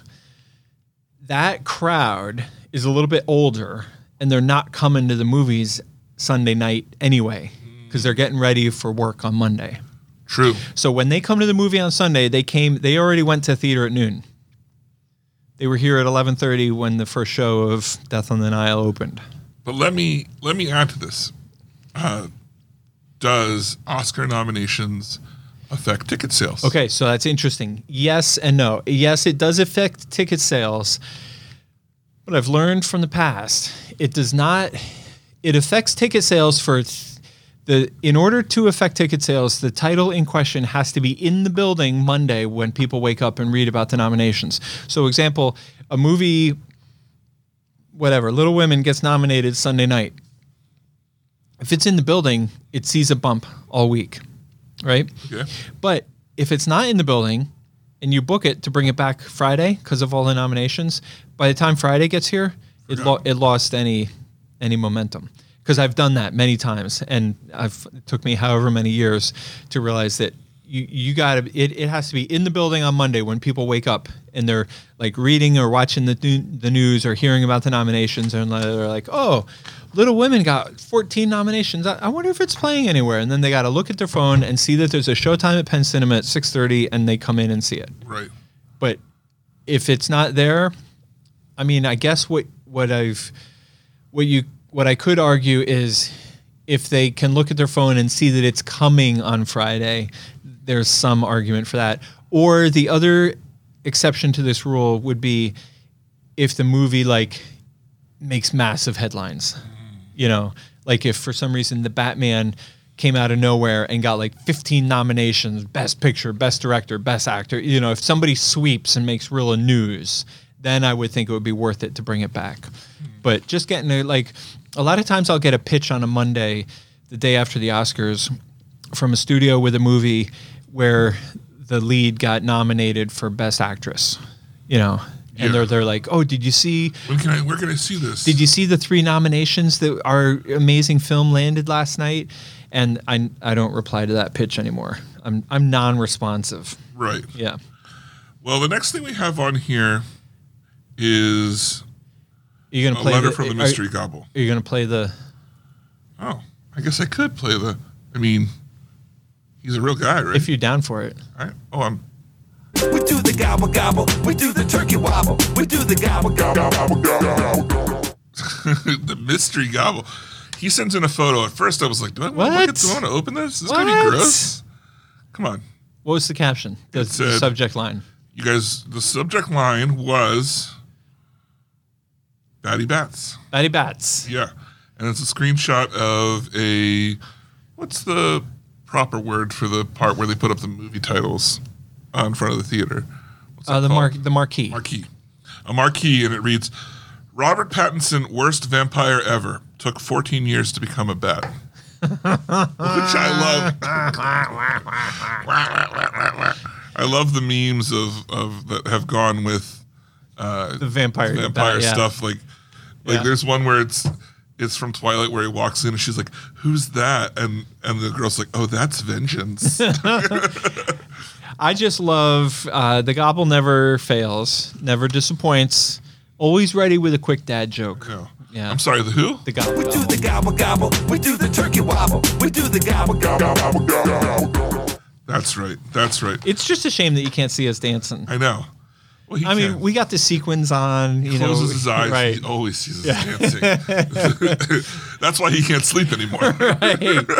C: that crowd is a little bit older, and they're not coming to the movies Sunday night anyway because they're getting ready for work on Monday.
B: True.
C: So when they come to the movie on Sunday, they came. They already went to theater at noon. They were here at eleven thirty when the first show of Death on the Nile opened.
B: But let me let me add to this. Uh, does Oscar nominations affect ticket sales?
C: Okay, so that's interesting. Yes and no. Yes, it does affect ticket sales. What I've learned from the past, it does not. It affects ticket sales for th- the. In order to affect ticket sales, the title in question has to be in the building Monday when people wake up and read about the nominations. So, example, a movie, whatever, Little Women gets nominated Sunday night. If it's in the building, it sees a bump all week, right?
B: Yeah.
C: But if it's not in the building and you book it to bring it back Friday because of all the nominations, by the time Friday gets here, it, lo- it lost any any momentum. Because I've done that many times, and I've it took me however many years to realize that you you got to it, it has to be in the building on Monday when people wake up and they're like reading or watching the nu- the news or hearing about the nominations and they're like oh Little Women got 14 nominations. I, I wonder if it's playing anywhere. And then they got to look at their phone and see that there's a showtime at Penn Cinema at 6:30, and they come in and see it.
B: Right.
C: But if it's not there, I mean, I guess what what I've what you what I could argue is if they can look at their phone and see that it's coming on Friday, there's some argument for that. Or the other exception to this rule would be if the movie like makes massive headlines. You know, like if for some reason the Batman came out of nowhere and got like 15 nominations best picture, best director, best actor, you know, if somebody sweeps and makes real news, then I would think it would be worth it to bring it back. But just getting a, like a lot of times I'll get a pitch on a Monday the day after the Oscars from a studio with a movie where the lead got nominated for best actress, you know. And
B: Yeah.
C: they're they're like, "Oh, did you see
B: When can I? Where can I see this?
C: did you see the three nominations that our amazing film landed last night? And I, I don't reply to that pitch anymore. I'm, I'm non-responsive.
B: Right.
C: Yeah.
B: Well, the next thing we have on here is
C: You're gonna
B: a
C: play
B: letter
C: the,
B: from the
C: are-
B: mystery gobble.
C: Are, you gonna play the?
B: Oh, I guess I could play the. I mean, he's a real guy, right?
C: If you're down for it,
B: I, oh, I'm.
D: We do the gobble gobble. We do the turkey wobble. We do the gobble gobble gobble gobble. gobble.
B: the mystery gobble. He sends in a photo. At first, I was like, "Do I want to look
C: What?
B: at? Do I want to open this? Is this gonna be
C: What?
B: gross?" Come on,
C: what was the caption? The,
B: It's,
C: the
B: uh,
C: subject line.
B: you guys. The subject line was "Batty Bats."
C: Batty bats.
B: Yeah, and it's a screenshot of a what's the proper word for the part where they put up the movie titles uh, in front of the theater? What's
C: Uh, the
B: that called?
C: mark. The marquee.
B: marquee, a marquee, and it reads, "Robert Pattinson, worst vampire ever. Took 14 years to become a bat." Which I love. I love the memes of of that have gone with uh,
C: the vampire.
B: vampire
C: bat, yeah.
B: stuff. Like, like
C: Yeah.
B: there's one where it's it's from Twilight where he walks in and she's like, "Who's that?" and and the girl's like, "Oh, that's vengeance."
C: I just love uh, the gobble never fails, never disappoints, always ready with a quick dad joke.
B: no.
C: Yeah.
B: I'm sorry. The who?
C: The gobble.
D: We do the gobble gobble. We do the turkey wobble. We do the gobble gobble gobble gobble. gobble.
B: That's right. That's right.
C: It's just a shame that you can't see us dancing.
B: I know. Well, he
C: I mean,
B: can.
C: we got the sequins on. You
B: closes
C: know,
B: his eyes.
C: right?
B: He always sees us dancing. That's why he can't sleep anymore.
C: Right.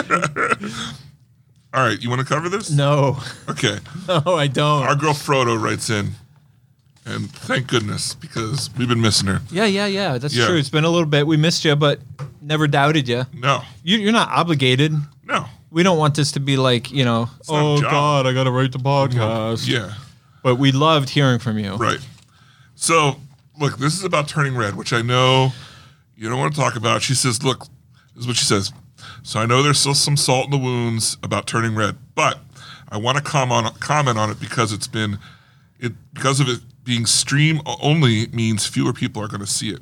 B: All right, you want to cover this?
C: No,
B: Okay.
C: no, I don't.
B: Our girl Frodo writes in, and thank goodness because we've been missing her.
C: yeah, yeah, yeah. That's
B: Yeah.
C: true. It's been a little bit. We missed you, but never doubted you.
B: No,
C: you you're not obligated.
B: no.
C: We don't want this to be like you know.
B: not a
C: Oh
B: job."
C: God, I got to write the podcast.
B: Yeah,
C: But we loved hearing from you.
B: right. So, look, this is about turning red, which I know you don't want to talk about. She says, look, this is what she says. So I know there's still some salt in the wounds about turning red, but I want to comment comment on it because it's been it because of it being stream o- only means fewer people are going to see it.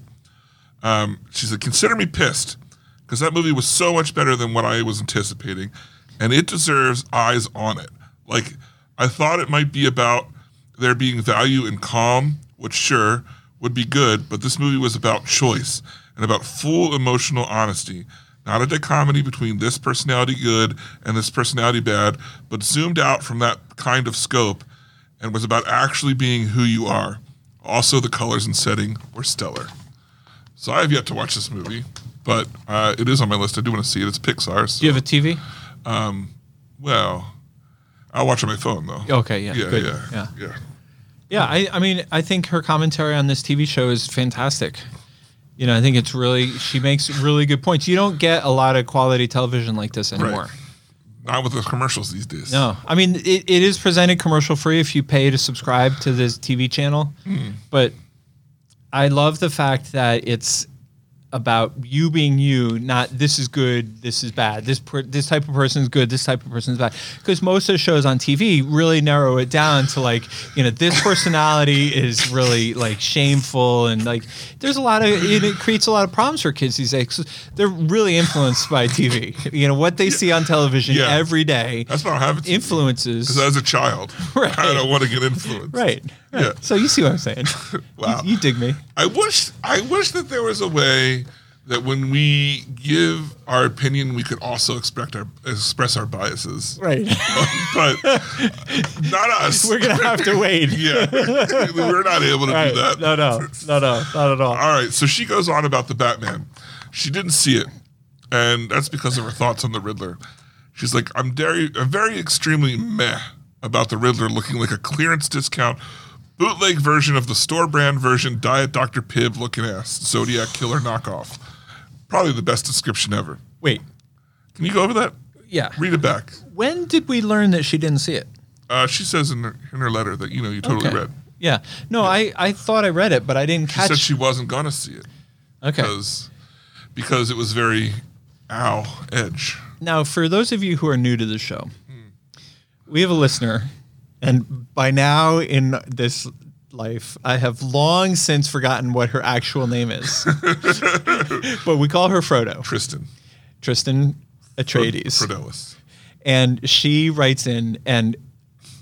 B: Um, she said, consider me pissed because that movie was so much better than what I was anticipating, and it deserves eyes on it. Like I thought it might be about there being value in calm, which sure would be good, but this movie was about choice and about full emotional honesty. Not a dichotomy between this personality good and this personality bad, but zoomed out from that kind of scope and was about actually being who you are. Also, the colors and setting were stellar. So I have yet to watch this movie, but uh, it is on my list. I do want to see it. It's Pixar. So,
C: Do you have a TV?
B: well, I'll watch it on my phone though.
C: Okay, Oh, yeah,
B: Yeah,
C: good.
B: yeah,
C: Yeah.
B: yeah.
C: Yeah, I, I mean, I think her commentary on this TV show is fantastic. You know, I think it's really she makes really good points. You don't get a lot of quality television like this anymore.
B: Not with the commercials these days.
C: No, I mean it, it is presented commercial free if you pay to subscribe to this TV channel,
B: Hmm.
C: but I love the fact that it's about you being you, not this is good, this is bad, this per, this type of person is good, this type of person is bad. Because most of the shows on TV really narrow it down to like you know this personality is really like shameful and like there's a lot of it, it creates a lot of problems for kids these days. 'Cause They're really influenced by TV, you know what they see on television
B: Yeah.
C: every day
B: That's why I don't have it.
C: influences.
B: Because as a child,
C: Right.
B: I don't want to get influenced.
C: right. right.
B: Yeah.
C: So you see what I'm saying.
B: Wow.
C: You, you dig me.
B: I wish I wish that there was a way that when we give our opinion, we could also expect our express our biases.
C: Right.
B: but not us.
C: We're going to have to wait.
B: yeah, we're not able to
C: Right.
B: do that.
C: No, no, no, no, not at all.
B: All right, so she goes on about the Batman. She didn't see it, and that's because of her thoughts on the Riddler. She's like, I'm very, I'm very extremely meh about the Riddler looking like a clearance discount bootleg version of the store brand version Diet Dr. Pibb looking ass Zodiac killer knockoff. Probably the best description ever.
C: Wait.
B: Can you go over that?
C: Yeah.
B: Read it back.
C: When did we learn that she didn't see it?
B: Uh, she says in her, in her letter that you know you totally
C: Okay.
B: read.
C: Yeah. No, I, I thought I read it, but I didn't
B: She
C: catch
B: said she wasn't gonna see it
C: Okay.
B: because because it was very ow edge.
C: Now, for those of you who are new to the show, we have a listener, and by now in this life, I have long since forgotten what her actual name is. but we call her Frodo.
B: Tristan.
C: Tristan Atreides.
B: Prodellis.
C: And she writes in, and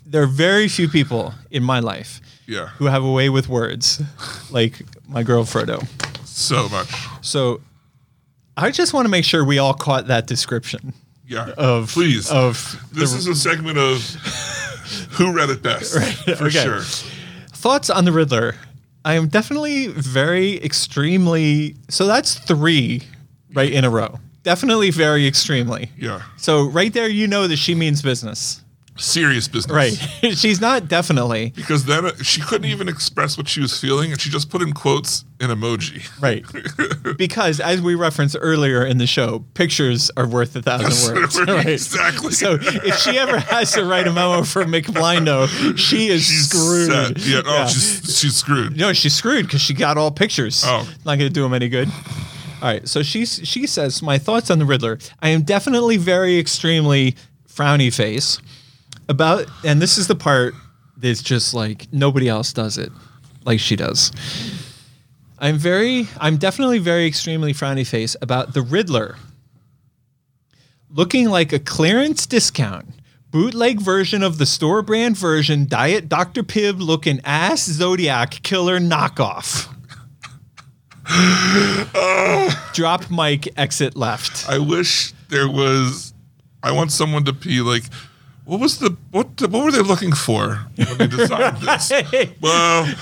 C: there are very few people in my life
B: Yeah.
C: who have a way with words like my girl Frodo.
B: So much.
C: So I just want to make sure we all caught that description
B: Yeah.
C: of
B: Please.
C: of
B: this
C: the
B: is a segment of who read it best. For
C: okay.
B: sure.
C: thoughts on the Riddler. I am definitely very extremely so that's three right in a row. Definitely very extremely.
B: Yeah.
C: So right there you know that she means business.
B: Serious business.
C: Right. She's not definitely.
B: Because then uh, she couldn't even express what she was feeling and she just put in quotes and emoji.
C: Right. because as we referenced earlier in the show, pictures are worth a thousand words. right?
B: Exactly.
C: So if she ever has to write a memo for McBlindo, she is
B: she's
C: screwed.
B: set. Yeah. Oh,
C: Yeah.
B: she's she's screwed.
C: No, she's screwed because she got all pictures.
B: Oh.
C: Not going to do him any good. All right. So she's, she says, My thoughts on the Riddler. I am definitely very extremely frowny face about, and this is the part that's just like nobody else does it like she does. I'm very, I'm definitely very extremely frowny face about the Riddler looking like a clearance discount. Bootleg version of the store brand version, Diet Dr. Pibb looking ass Zodiac killer knockoff. Drop mic, exit left.
B: I wish there was I want someone to be like What was the what? What were they looking for when they designed this? Well,
C: no,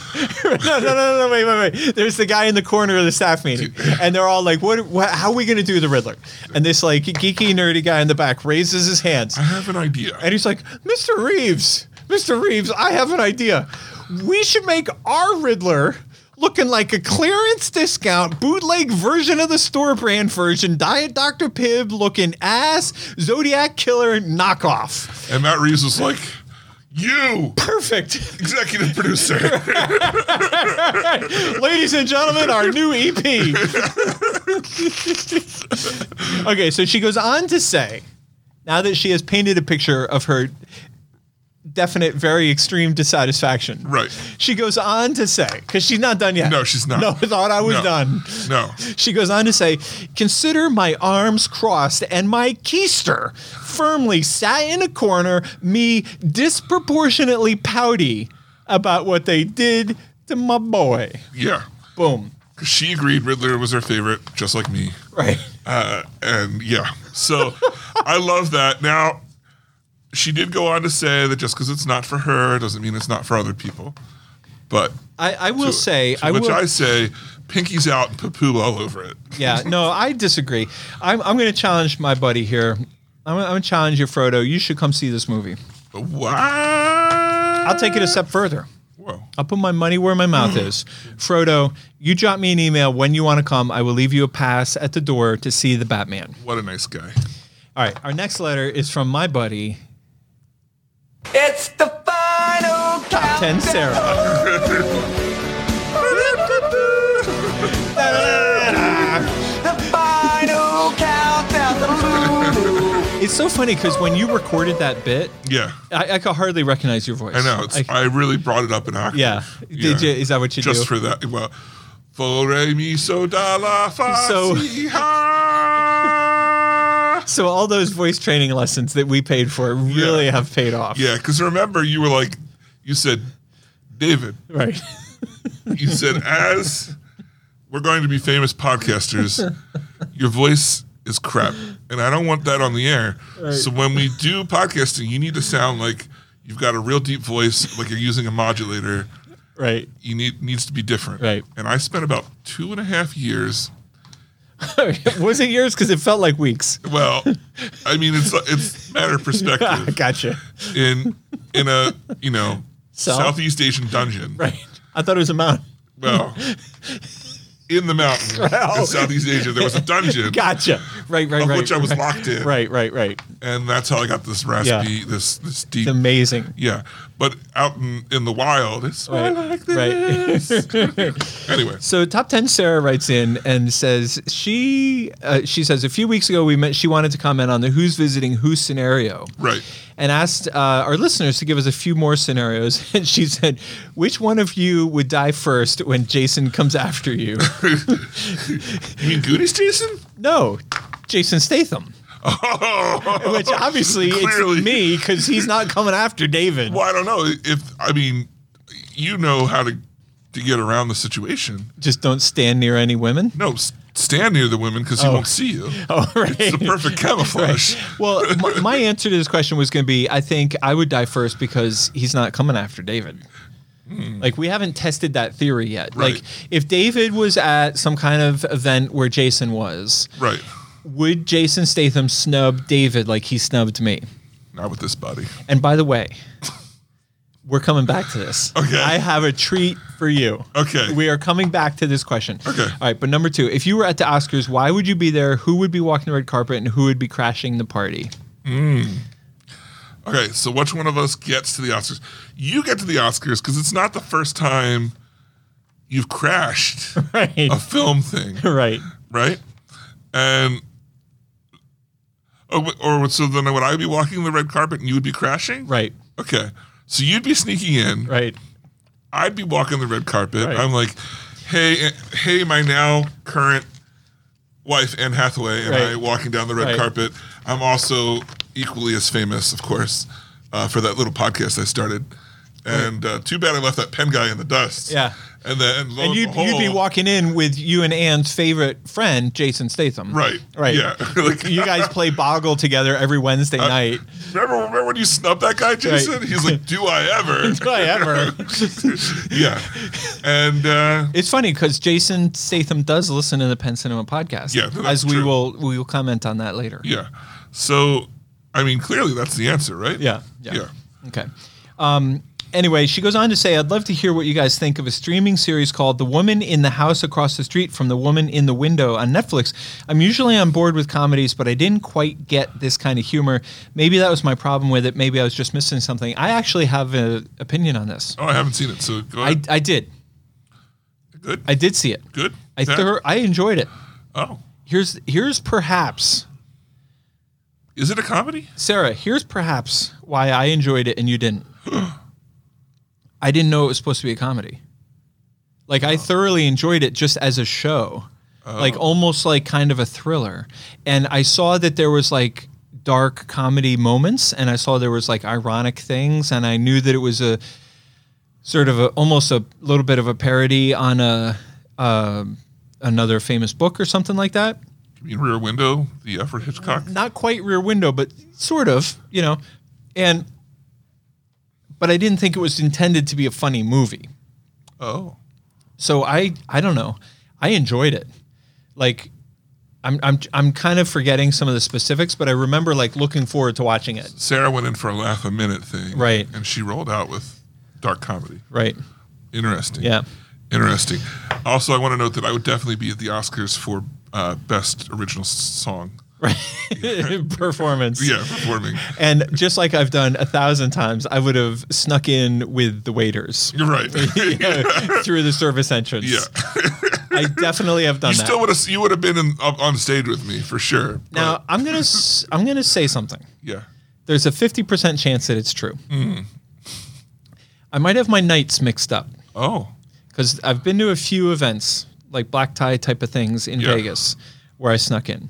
C: no, no, no, wait, wait, wait. There's the guy in the corner of the staff meeting, and they're all like, "What? what how are we going to do the Riddler?" And this like geeky, nerdy guy in the back raises his hands,
B: I have an idea.
C: and he's like, "Mr. Reeves, Mr. Reeves, I have an idea. We should make our Riddler." Looking like a clearance discount bootleg version of the store brand version, Diet Dr. Pibb looking ass, Zodiac Killer knockoff.
B: And Matt Reeves was like, "You,
C: Perfect.
B: executive producer."
C: Ladies and gentlemen, our new E EP. okay, so she goes on to say, now that she has painted a picture of her definite, very extreme dissatisfaction.
B: Right.
C: She goes on to say, because she's not done yet.
B: No, she's not.
C: No, I thought I was
B: No.
C: done.
B: No.
C: She goes on to say, Consider my arms crossed and my keister firmly sat in a corner, me disproportionately pouty about what they did to my boy.
B: Yeah.
C: Boom.
B: 'Cause She agreed Riddler was her favorite, just like me.
C: Right.
B: Uh, and yeah. So I love that. Now, she did go on to say that just because it's not for her doesn't mean it's not for other people. But
C: I, I will say,
B: to
C: I
B: which
C: will.
B: I say, pinkies out and poo all over it.
C: yeah, no, I disagree. I'm, I'm going to challenge my buddy here. I'm, I'm going to challenge you, Frodo. You should come see this movie.
B: Wow.
C: I'll take it a step further.
B: Whoa.
C: I'll put my money where my mouth is. Frodo, you drop me an email when you want to come. I will leave you a pass at the door to see the Batman.
B: What a nice guy.
C: All right, our next letter is from my buddy,
E: It's the final count.
C: 10 Sarah.
E: The final countdown.
C: It's so funny because when you recorded that bit,
B: Yeah.
C: I, I could hardly recognize your voice.
B: I know. It's,
C: I-
B: I, really brought it up in octave.
C: yeah. Did you,
B: Yeah.
C: is that what you
B: just
C: do?
B: for that. Well, for re mi so da la fa
C: So-
B: si ha.
C: so all those voice training lessons that we paid for really
B: Yeah.
C: have paid off.
B: Yeah, because remember you were like, you said, David,
C: Right.
B: you said as we're going to be famous podcasters, your voice is crap, and I don't want that on the air. So when we do podcasting, you need to sound like you've got a real deep voice, like you're using a modulator.
C: Right.
B: You need needs to be different.
C: Right.
B: And I spent about two and a half years.
C: Was it yours? Because it felt like weeks.
B: Well, I mean, it's it's a matter of
C: Ah,
B: perspective.
C: gotcha.
B: in in a you know
C: Cell?
B: Southeast Asian dungeon.
C: Right. I thought it was a mountain.
B: Well, in the mountain in Southeast Asia, there was a dungeon
C: Gotcha. Right, right,
B: of
C: right.
B: which I was
C: right.
B: locked in,
C: Right, right, right.
B: and that's how I got this recipe,
C: Yeah.
B: this this deep.
C: It's amazing.
B: yeah, but out in, in the wild, it's
C: Right,
B: more like
C: right.
B: this. anyway,
C: So top 10 Sarah writes in and says she uh, she says a few weeks ago we met she wanted to comment on the who's visiting who scenario.
B: right.
C: And asked uh, our listeners to give us a few more scenarios. And she said, Which one of you would die first when Jason comes after you?
B: You mean Goodies, Jason?
C: no, Jason Statham.
B: Oh,
C: Which obviously
B: Clearly.
C: it's me because he's not coming after David.
B: well, I don't know if I mean you know how to to get around the situation.
C: Just don't stand near any women.
B: No, s- stand near the women
C: Oh.
B: because he won't see you.
C: All right.
B: It's Oh, the perfect camouflage.
C: Well, my, my answer to this question was going to be I think I would die first because he's not coming after David. Like, we haven't tested that theory yet.
B: Hmm. Right.
C: Like, if David was at some kind of event where Jason was,
B: Right.
C: would Jason Statham snub David like he snubbed me?
B: Not with this body.
C: And by the way, we're coming back to this.
B: Okay.
C: I have a treat for you.
B: Okay.
C: We are coming back to this question.
B: Okay.
C: All right, but number two, if you were at the Oscars, why would you be there? Who would be walking the red carpet and who would be crashing the party?
B: Okay, so which one of us gets to the Oscars? You get to the Oscars because it's not the first time you've crashed
C: Right.
B: a film thing,
C: Right.
B: right? And or, or so then would I be walking the red carpet and you would be crashing?
C: Right.
B: Okay, so you'd be sneaking in.
C: Right.
B: I'd be walking the red carpet.
C: Right.
B: I'm like, hey, eh, hey, my now current wife Anne Hathaway and I
C: Right.
B: walking down the red
C: Right.
B: carpet. I'm also equally as famous, of course, uh, for that little podcast I started And uh, too bad I left that pen guy in the dust.
C: Yeah.
B: And then lo and,
C: And you'd, you'd
B: behold-
C: be walking in with you and Ann's favorite friend, Jason Statham.
B: Right.
C: Right.
B: Yeah. Like- Uh,
C: you guys play Boggle together every Wednesday night.
B: Remember, remember when you snubbed that guy, Jason? He's like, "Do I ever?"
C: Do I ever?
B: yeah. And uh,
C: It's funny because Jason Statham does listen to the Penn Cinema podcast.
B: Yeah, that's
C: as we
B: true.
C: will we will comment on that later.
B: yeah. So, I mean, clearly that's the answer, right?
C: Yeah,
B: Yeah.
C: yeah. Okay. Um, anyway, she goes on to say, I'd love to hear what you guys think of a streaming series called The Woman in the House Across the Street from The Woman in the Window on Netflix. I'm usually on board with comedies, but I didn't quite get this kind of humor. Maybe that was my problem with it. Maybe I was just missing something. I actually have an opinion on this.
B: Oh, I haven't seen it. So go
C: I,
B: ahead.
C: I did.
B: good.
C: I did see it.
B: good.
C: I,
B: That-
C: thor- I enjoyed it.
B: Oh,
C: Here's here's perhaps
B: is it a comedy?
C: Sarah, here's perhaps why I enjoyed it and you didn't. I didn't know it was supposed to be a comedy. Like I thoroughly enjoyed it just as a show. Like almost like kind of a thriller. And I saw that there was like dark comedy moments and I saw there was like ironic things and I knew that it was a sort of a, almost a little bit of a parody on a uh, another famous book or something like that
B: You mean Rear Window, the Alfred Hitchcock?
C: not quite rear window, but sort of, you know. And but I didn't think it was intended to be a funny movie.
B: Oh,
C: So I I don't know. I enjoyed it. Like I'm I'm I'm kind of forgetting some of the specifics, but I remember like looking forward to watching it.
B: Sarah went in for a laugh a minute thing,
C: Right.
B: And she rolled out with dark comedy.
C: Right.
B: Interesting.
C: Yeah.
B: Interesting. Also, I want to note that I would definitely be at the Oscars for uh, best original s- song.
C: Performance.
B: Yeah, performing.
C: And just like I've done a thousand times, I would have snuck in with the waiters
B: You're right.
C: through the service entrance.
B: yeah.
C: I definitely have done
B: You
C: that.
B: still would have you would have been in, up on stage with me for sure. but-
C: now I'm gonna s- I'm gonna say something.
B: yeah,
C: there's a 50% chance that it's true. I might have my nights mixed up
B: oh,
C: because I've been to a few events, like black tie type of things in
B: Yeah.
C: Vegas, where I snuck in.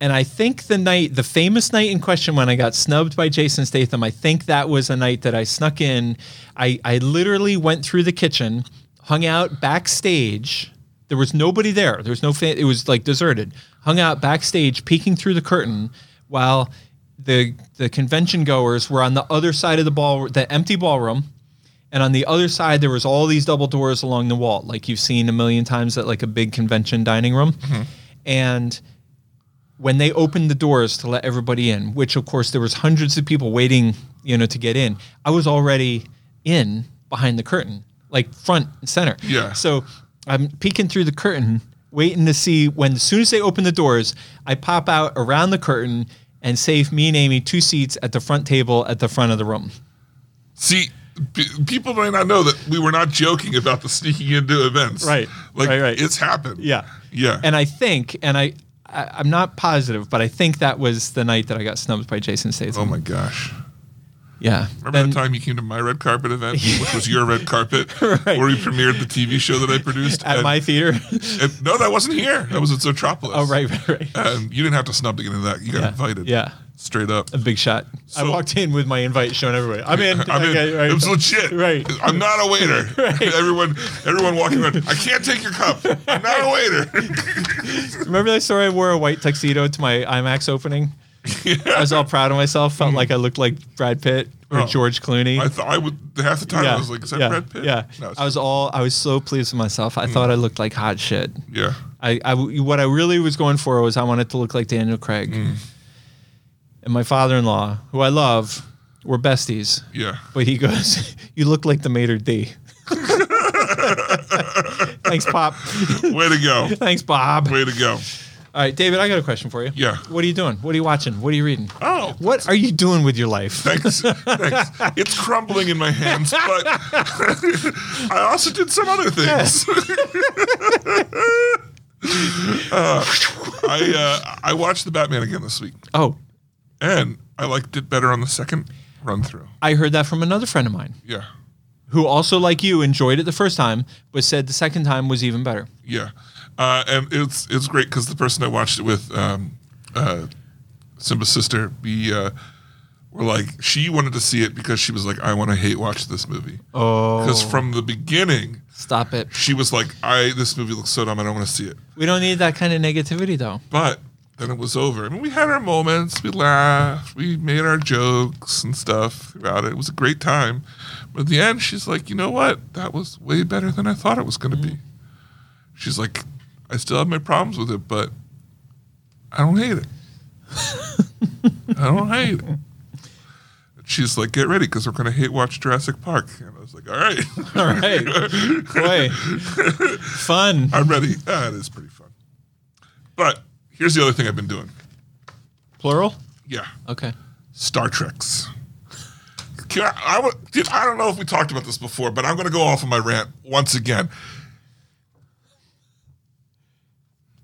C: and I think the night, the famous night in question when I got snubbed by Jason Statham, I think that was a night that I snuck in. I, I literally went through the kitchen, hung out backstage. There was nobody there. There was no fan. It was like deserted. Hung out backstage, peeking through the curtain while the the convention goers were on the other side of the ball, the empty ballroom. And on the other side, there was all these double doors along the wall, like you've seen a million times at like a big convention dining room. And when they opened the doors to let everybody in, which of course there was hundreds of people waiting, you know, to get in, I was already in behind the curtain, like front and center.
B: Yeah.
C: So I'm peeking through the curtain, waiting to see when as soon as they open the doors, I pop out around the curtain and save me and Amy two seats at the front table at the front of the room.
B: see, p- people may not know that we were not joking about the sneaking into events.
C: Right.
B: like
C: Right, right.
B: it's happened.
C: Yeah.
B: yeah,
C: and I think, and I, I, I'm not positive, but I think that was the night that I got snubbed by Jason Statham.
B: oh my gosh.
C: yeah.
B: Remember
C: Then-
B: the time you came to my red carpet event, which was your red carpet, where we premiered the TV show that I produced
C: At
B: And-
C: my theater.
B: and- no, that wasn't here. That was at Zootropolis.
C: oh, right, right, right.
B: And you didn't have to snub to get into that. You got invited.
C: yeah.
B: Straight up.
C: Big shot.
B: So-
C: I walked in with my invite showing everybody. I'm in.
B: I mean,
C: Okay, right.
B: it was legit.
C: Right.
B: I'm not a waiter. everyone, everyone walking around. I can't take your cup. I'm not a waiter.
C: Remember that story I wore a white tuxedo to my IMAX opening? I was all proud of myself. Felt like I looked like Brad Pitt or
B: Mm-hmm. Oh.
C: George Clooney.
B: I thought I would half the time I was like, is that
C: yeah,
B: Brad Pitt?
C: yeah.
B: No, it's- Mm.
C: I was all. I was so pleased with myself. I thought I looked like hot shit.
B: yeah.
C: I, I- what I really was going for was I wanted to look like Daniel Craig. And my father-in-law, who I love, we're besties.
B: Yeah.
C: But he goes, "You look like the Mater D." Thanks, Pop.
B: Way to go.
C: Thanks, Bob.
B: Way to go.
C: All right, David, I got a question for you.
B: Yeah.
C: What are you doing? What are you watching? What are you reading?
B: Oh.
C: What are you doing with your life?
B: Thanks. Thanks. It's crumbling in my hands, but I also did some other things. Uh, I uh, I watched the Batman again this week,
C: Oh,
B: and I liked it better on the second run through.
C: I heard that from another friend of mine
B: Yeah,
C: who also, like you, enjoyed it the first time, but said the second time was even better.
B: yeah, uh, and it's it's great because the person I watched it with, um, uh, Simba's sister, we uh, were like she wanted to see it because she was like, I want to hate watch this movie. Oh, because from the beginning
C: Stop it.
B: she was like, I this movie looks so dumb, I don't want to see it.
C: We don't need that kind of negativity though.
B: But then it was over. I mean, we had our moments, we laughed, we made our jokes and stuff about it. It was a great time. But at the end, she's like, you know what? That was way better than I thought it was going to be. She's like, I still have my problems with it, but I don't hate it. I don't hate it. She's like, get ready because we're going to hate watch Jurassic Park. And I was like, all right,
C: All right. Boy. Fun.
B: I'm ready. That is pretty fun. But here's the other thing I've been doing.
C: Plural?
B: Yeah.
C: Okay.
B: Star Treks. Can I, I wa- dude, I don't know if we talked about this before, but I'm going to go off on my rant once again.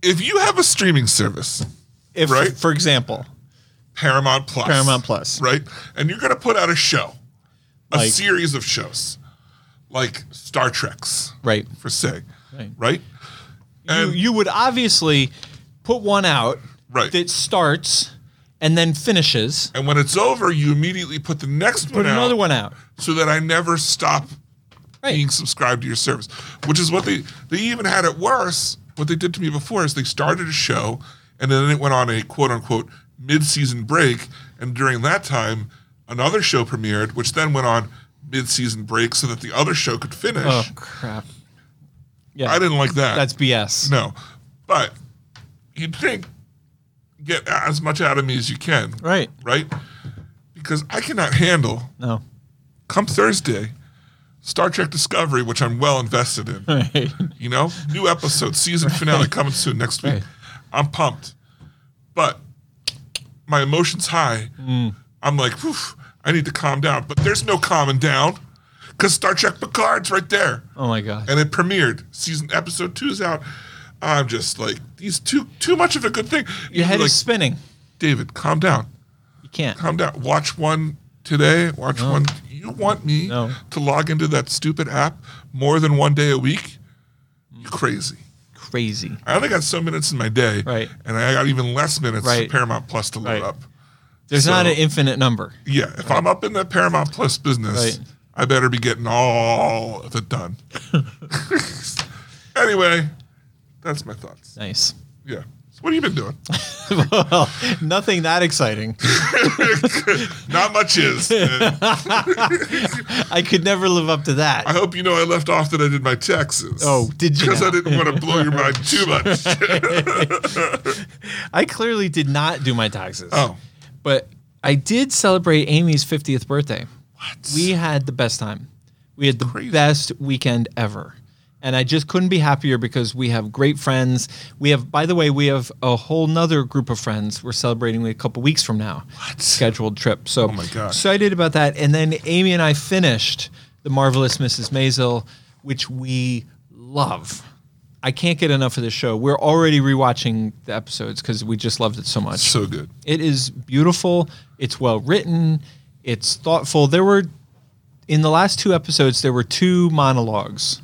B: If you have a streaming service,
C: If
B: Right.
C: for example,
B: Paramount Plus,
C: Paramount Plus.
B: right, and you're going to put out a show, a
C: Like-
B: series of shows, like Star Treks,
C: right.
B: for say,
C: Right.
B: right,
C: You,
B: and
C: you would obviously put one out
B: right,
C: that starts and then finishes.
B: and when it's over, you immediately put the next
C: Put
B: one out,
C: another one out.
B: so that I never stop
C: Right.
B: being subscribed to your service, which is what they they even had it worse. What they did to me before is they started a show, and then it went on a quote unquote mid season break, and during that time, another show premiered, which then went on mid season break so that the other show could finish.
C: Oh crap. Yeah.
B: I didn't like that.
C: that's BS.
B: no, but you'd think get as much out of me as you can,
C: Right.
B: right? Because I cannot handle
C: No.
B: come Thursday, Star Trek Discovery, which I'm well invested in. You know, new episode, season finale coming soon next week. I'm pumped, but my emotions high. I'm like, Whew, I need to calm down. But there's no calming down because Star Trek Picard's right there,
C: Oh my god.
B: and it premiered. Season episode two's out. I'm just like these too too much of a good thing.
C: Your head
B: like,
C: is spinning.
B: David, calm down
C: You can't.
B: calm down. Watch one today. Watch one. You want me
C: No.
B: to log into that stupid app more than one day a week? You crazy.
C: Crazy.
B: I only got so minutes in my day,
C: Right.
B: And I got even less minutes
C: Right.
B: for Paramount Plus to load
C: Right.
B: up.
C: There's
B: So-
C: not an infinite number.
B: Yeah, if I'm up in that Paramount Plus business,
C: Right.
B: I better be getting all of it done. anyway, that's my thoughts.
C: Nice.
B: Yeah. So what have you been doing?
C: well, nothing that exciting.
B: Not much is. and
C: I could never live up to that.
B: I hope you know I left off that I did my taxes.
C: Oh, did you
B: Because
C: now?
B: I didn't want to blow your mind too much.
C: I clearly did not do my taxes.
B: oh,
C: But I did celebrate Amy's 50th birthday. What? We had the best time. We had the best weekend ever. And I just couldn't be happier because we have great friends. We have, by the way, we have a whole nother group of friends we're celebrating with a couple weeks from now. What? Scheduled trip. So
B: my God.
C: excited about that. And then Amy and I finished The Marvelous Mrs. Maisel, which we love. I can't get enough of this show. We're already rewatching the episodes because we just loved it so much.
B: so good.
C: It is beautiful. It's well written. It's thoughtful. There were, in the last two episodes, there were two monologues.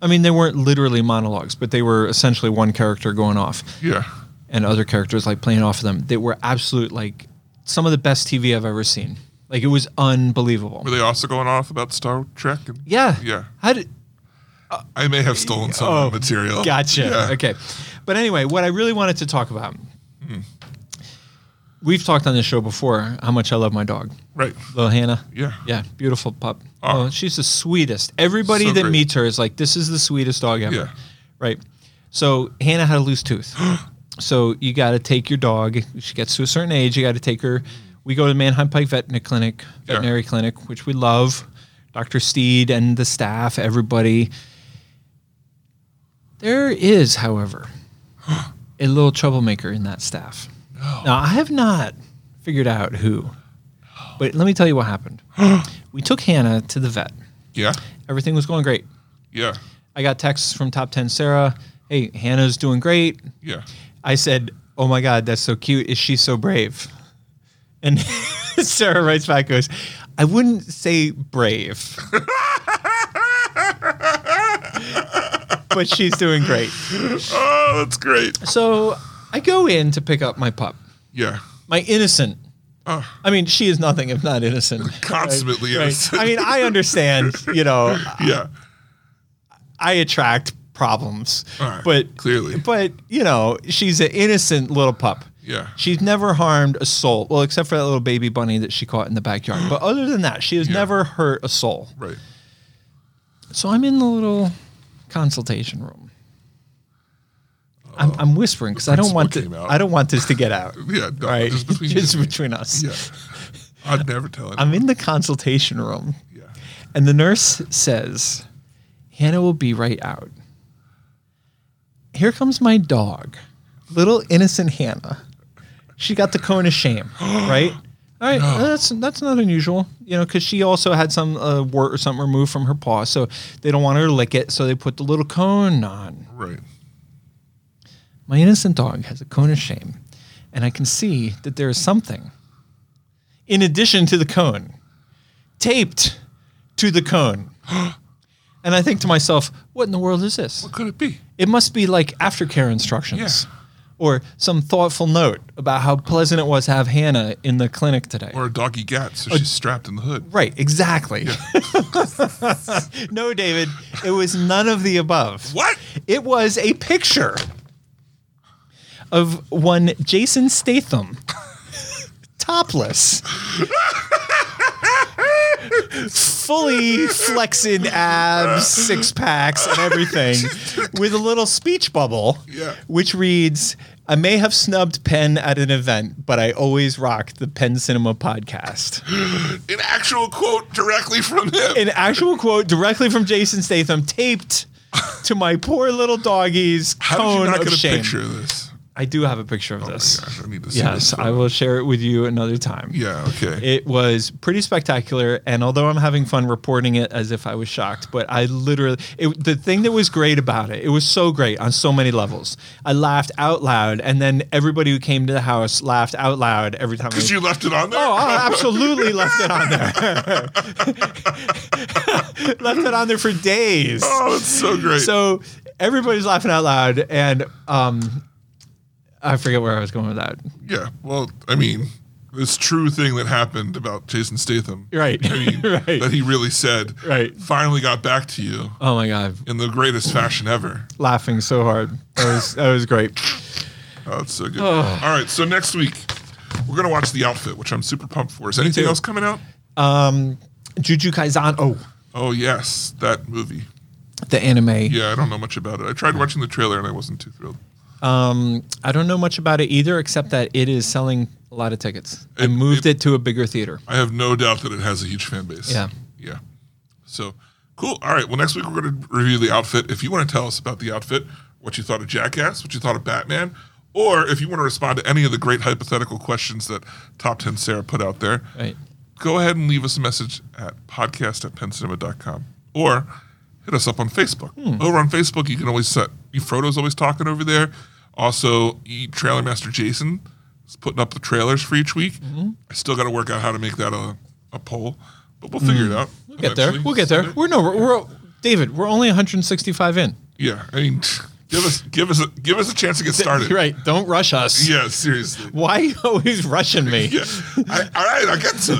C: I mean, they weren't literally monologues, but they were essentially one character going off
B: Yeah.
C: and other characters like playing off of them. They were absolute, like, some of the best TV I've ever seen. Like, it was unbelievable.
B: Were they also going off about Star Trek? And
C: Yeah.
B: Yeah.
C: How did,
B: I may have stolen some of that material.
C: Oh, Gotcha.
B: Yeah.
C: Okay. But anyway, what I really wanted to talk about.
B: Hmm.
C: We've talked on this show before how much I love my dog.
B: Right.
C: Little Hannah.
B: Yeah.
C: Yeah. Beautiful pup.
B: Oh.
C: Oh, she's the sweetest. Everybody
B: So
C: that
B: great.
C: meets her is like, this is the sweetest dog ever.
B: Yeah.
C: Right. So Hannah had a loose tooth. so you got to take your dog. She gets to a certain age. You got to take her. We go to Manheim Pike Veterinary Clinic, veterinary clinic, which we love. Dr. Steed and the staff, everybody. There is, however, a little troublemaker in that staff. Now, I have not figured out who, but let me tell you what happened. we took Hannah to the vet.
B: Yeah.
C: Everything was going great.
B: Yeah.
C: I got texts from Top 10 Sarah. Hey, Hannah's doing great.
B: Yeah.
C: I said, Oh my God, that's so cute. Is she so brave? And Sarah writes back, goes, I wouldn't say brave. but she's doing great.
B: Oh, that's great.
C: So I go in to pick up my pup,
B: Yeah.
C: my innocent
B: Ah.
C: I mean, she is nothing if not innocent.
B: Consummately
C: Right.
B: innocent.
C: I mean, I understand, you know,
B: yeah.
C: I attract problems.
B: All right,
C: But
B: clearly.
C: But, you know, she's an innocent little pup.
B: Yeah.
C: She's never harmed a soul. Well, except for that little baby bunny that she caught in the backyard. But other than that, she has
B: Yeah.
C: never hurt a soul.
B: Right.
C: So I'm in the little consultation room. I'm, I'm whispering because I don't want
B: principal
C: to,
B: came out.
C: I don't want this to get out.
B: Yeah. No,
C: All right,
B: Just between
C: just
B: you.
C: between us.
B: Yeah. I'd never tell anyone.
C: I'm in the consultation room,
B: Yeah.
C: and the nurse says, "Hannah will be right out." Here comes my dog, little innocent Hannah. She got the cone of shame, right? All right, that's that's not unusual, you know, because she also had some uh, wart or something removed from her paw, so they don't want her to lick it, so they put the little cone on.
B: Right.
C: My innocent dog has a cone of shame, and I can see that there is something in addition to the cone taped to the cone. and I think to myself, what in the world is this?
B: What could it be?
C: It must be like aftercare instructions
B: Yeah.
C: or some thoughtful note about how pleasant it was to have Hannah in the clinic today.
B: Or a doggy gat, so she's strapped in the hood.
C: right, exactly. no, David, it was none of the above.
B: What?
C: It was a picture of one Jason Statham, topless, fully flexing abs, six packs, and everything, with a little speech bubble,
B: Yeah.
C: which reads. I may have snubbed Penn at an event, but I always rock the Penn Cinema podcast.
B: An actual quote directly from him.
C: An actual quote directly from Jason Statham, taped to my poor little doggy's
B: How did you
C: cone
B: not
C: of
B: get a
C: shame.
B: picture of this? Oh
C: I do have a picture of this.
B: Gosh, I need to see
C: yes,
B: this.
C: I will share it with you another time.
B: Yeah, okay.
C: It was pretty spectacular, and although I'm having fun reporting it as if I was shocked, but I literally, it, the thing that was great about it, it was so great on so many levels. I laughed out loud, and then everybody who came to the house laughed out loud every time.
B: Because
C: I-
B: you left it on there?
C: Oh, I absolutely left it on there. left it on there for days.
B: Oh, that's so great.
C: So everybody's laughing out loud, and um, I forget where I was going with that.
B: yeah, well, I mean, this true thing that happened about Jason Statham.
C: Right.
B: I mean,
C: Right.
B: That he really said.
C: Right.
B: Finally got back to you
C: Oh my god,
B: in the greatest fashion ever.
C: laughing so hard. That was that was great.
B: Oh, that's so good. All right, so next week we're gonna watch The Outfit, which I'm super pumped for. Is anything
C: too.
B: else coming out?
C: Um, Juju Kaisen. Oh,
B: Oh yes, that movie.
C: the anime.
B: Yeah, I don't know much about it. I tried watching the trailer and I wasn't too thrilled.
C: Um, I don't know much about it either, except that it is selling a lot of tickets. I
B: It-
C: moved
B: it-
C: it, to a bigger theater.
B: I have no doubt that it has a huge fan base.
C: Yeah.
B: Yeah. So cool. All right. Well, next week we're going to review the outfit. If you want to tell us about the outfit, what you thought of Jackass, what you thought of Batman, or if you want to respond to any of the great hypothetical questions that Top 10 Sarah put out there,
C: Right.
B: go ahead and leave us a message at podcast at pencinema.com or hit us up on Facebook.
C: Hmm.
B: Over on Facebook, you can always set. E Frodo's always talking over there. Also, E Trailer Master Jason is putting up the trailers for each week.
C: Mm-hmm.
B: I still got to work out how to make that a, a poll, but we'll figure it out.
C: Hmm. We'll get there.
B: eventually.
C: We'll get there. We're no. We're, we're David. We're only 165 in.
B: Yeah, I mean, give us give us a, give us a chance to get started.
C: Right. Don't rush us.
B: Yeah, seriously.
C: Why are you always rushing me?
B: Yeah. I, all right, I'll get to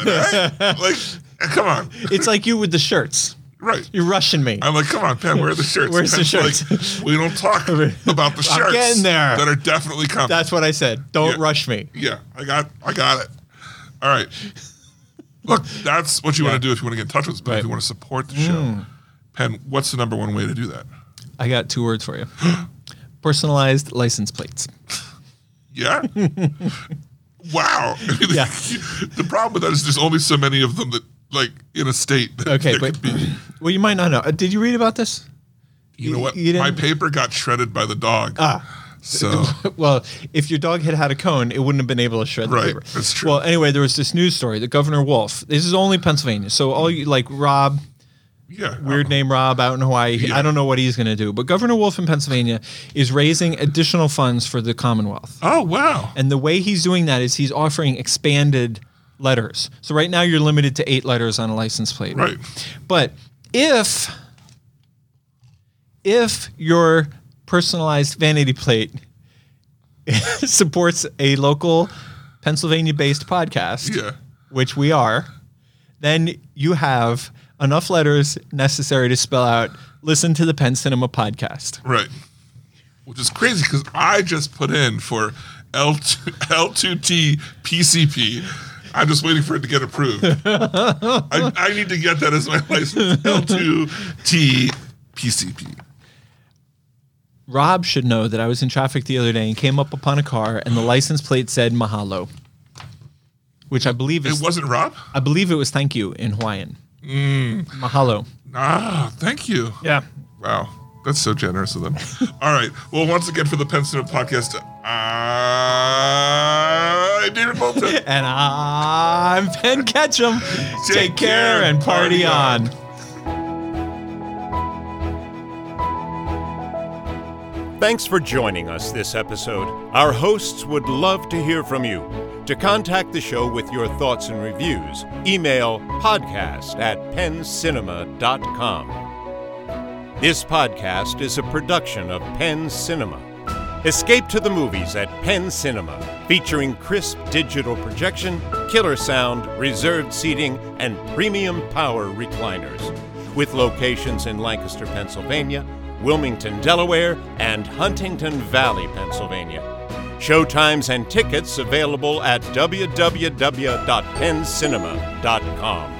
B: it. All right? Like, come on.
C: It's like you with the shirts.
B: Right.
C: You're rushing me.
B: I'm like, come on, Pam, where are the shirts?
C: Where's the
B: Pam's
C: shirts?
B: Like, we don't talk about the shirts
C: getting there.
B: that are definitely coming.
C: That's what I said. Don't
B: Yeah.
C: rush me.
B: yeah, I got, I got it. All right. Look, that's what you want to do if you want to get in touch with us, but if
C: Right. Hmm.
B: you want to support the show, Pen, what's the number one way to do that?
C: I got two words for you. Personalized license plates.
B: Yeah. wow. I mean,
C: Yeah.
B: the problem with that is there's only so many of them that, like, in a state. That
C: Okay,
B: that
C: but
B: could be.
C: well, you might not know. Uh, Did you read about this?
B: you know what?
C: you
B: My
C: didn't-
B: paper got shredded by the dog. Ah. So
C: Well, if your dog had had a cone, it wouldn't have been able to shred
B: Right,
C: the paper.
B: that's true.
C: Well, anyway, there was this news story that Governor Wolf. This is only Pennsylvania, so all you like Rob,
B: yeah,
C: weird name Rob out in Hawaii. he-
B: Yeah.
C: I don't know what he's going to do, but Governor Wolf in Pennsylvania is raising additional funds for the Commonwealth.
B: Oh wow!
C: And the way he's doing that is he's offering expanded letters. So right now you're limited to eight letters on a license plate.
B: Right.
C: But if if your personalized vanity plate supports a local Pennsylvania based podcast,
B: Yeah.
C: which we are, then you have enough letters necessary to spell out listen to the Penn Cinema podcast.
B: Right. Which is crazy because I just put in for L2, L2T PCP. I'm just waiting for it to get approved. I, I need to get that as my license. L2T PCP.
C: Rob should know that I was in traffic the other day and came up upon a car and the license plate said Mahalo, which I believe
B: It
C: is
B: wasn't Rob?
C: I believe it was thank you in Hawaiian.
B: Mm.
C: Mahalo.
B: Ah, thank you.
C: Yeah.
B: Wow. That's so generous of them. All right. Well, once again, for the Pensive podcast, I'm David Bolton.
C: And I'm Penn Ketchum. Take, care, and party, on.
A: Thanks for joining us this episode. Our hosts would love to hear from you. To contact the show with your thoughts and reviews, email podcast at penncinema.com. This podcast is a production of Penn Cinema. Escape to the movies at Penn Cinema, featuring crisp digital projection, killer sound, reserved seating, and premium power recliners. With locations in Lancaster, Pennsylvania, Wilmington, Delaware, and Huntington Valley, Pennsylvania. Showtimes and tickets available at www.penncinema.com.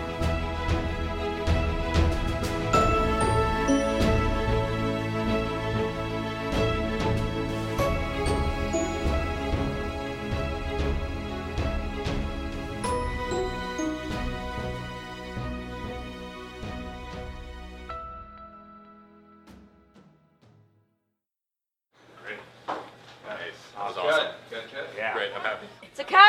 F: That was awesome. Great. I'm happy.
G: It's a cat.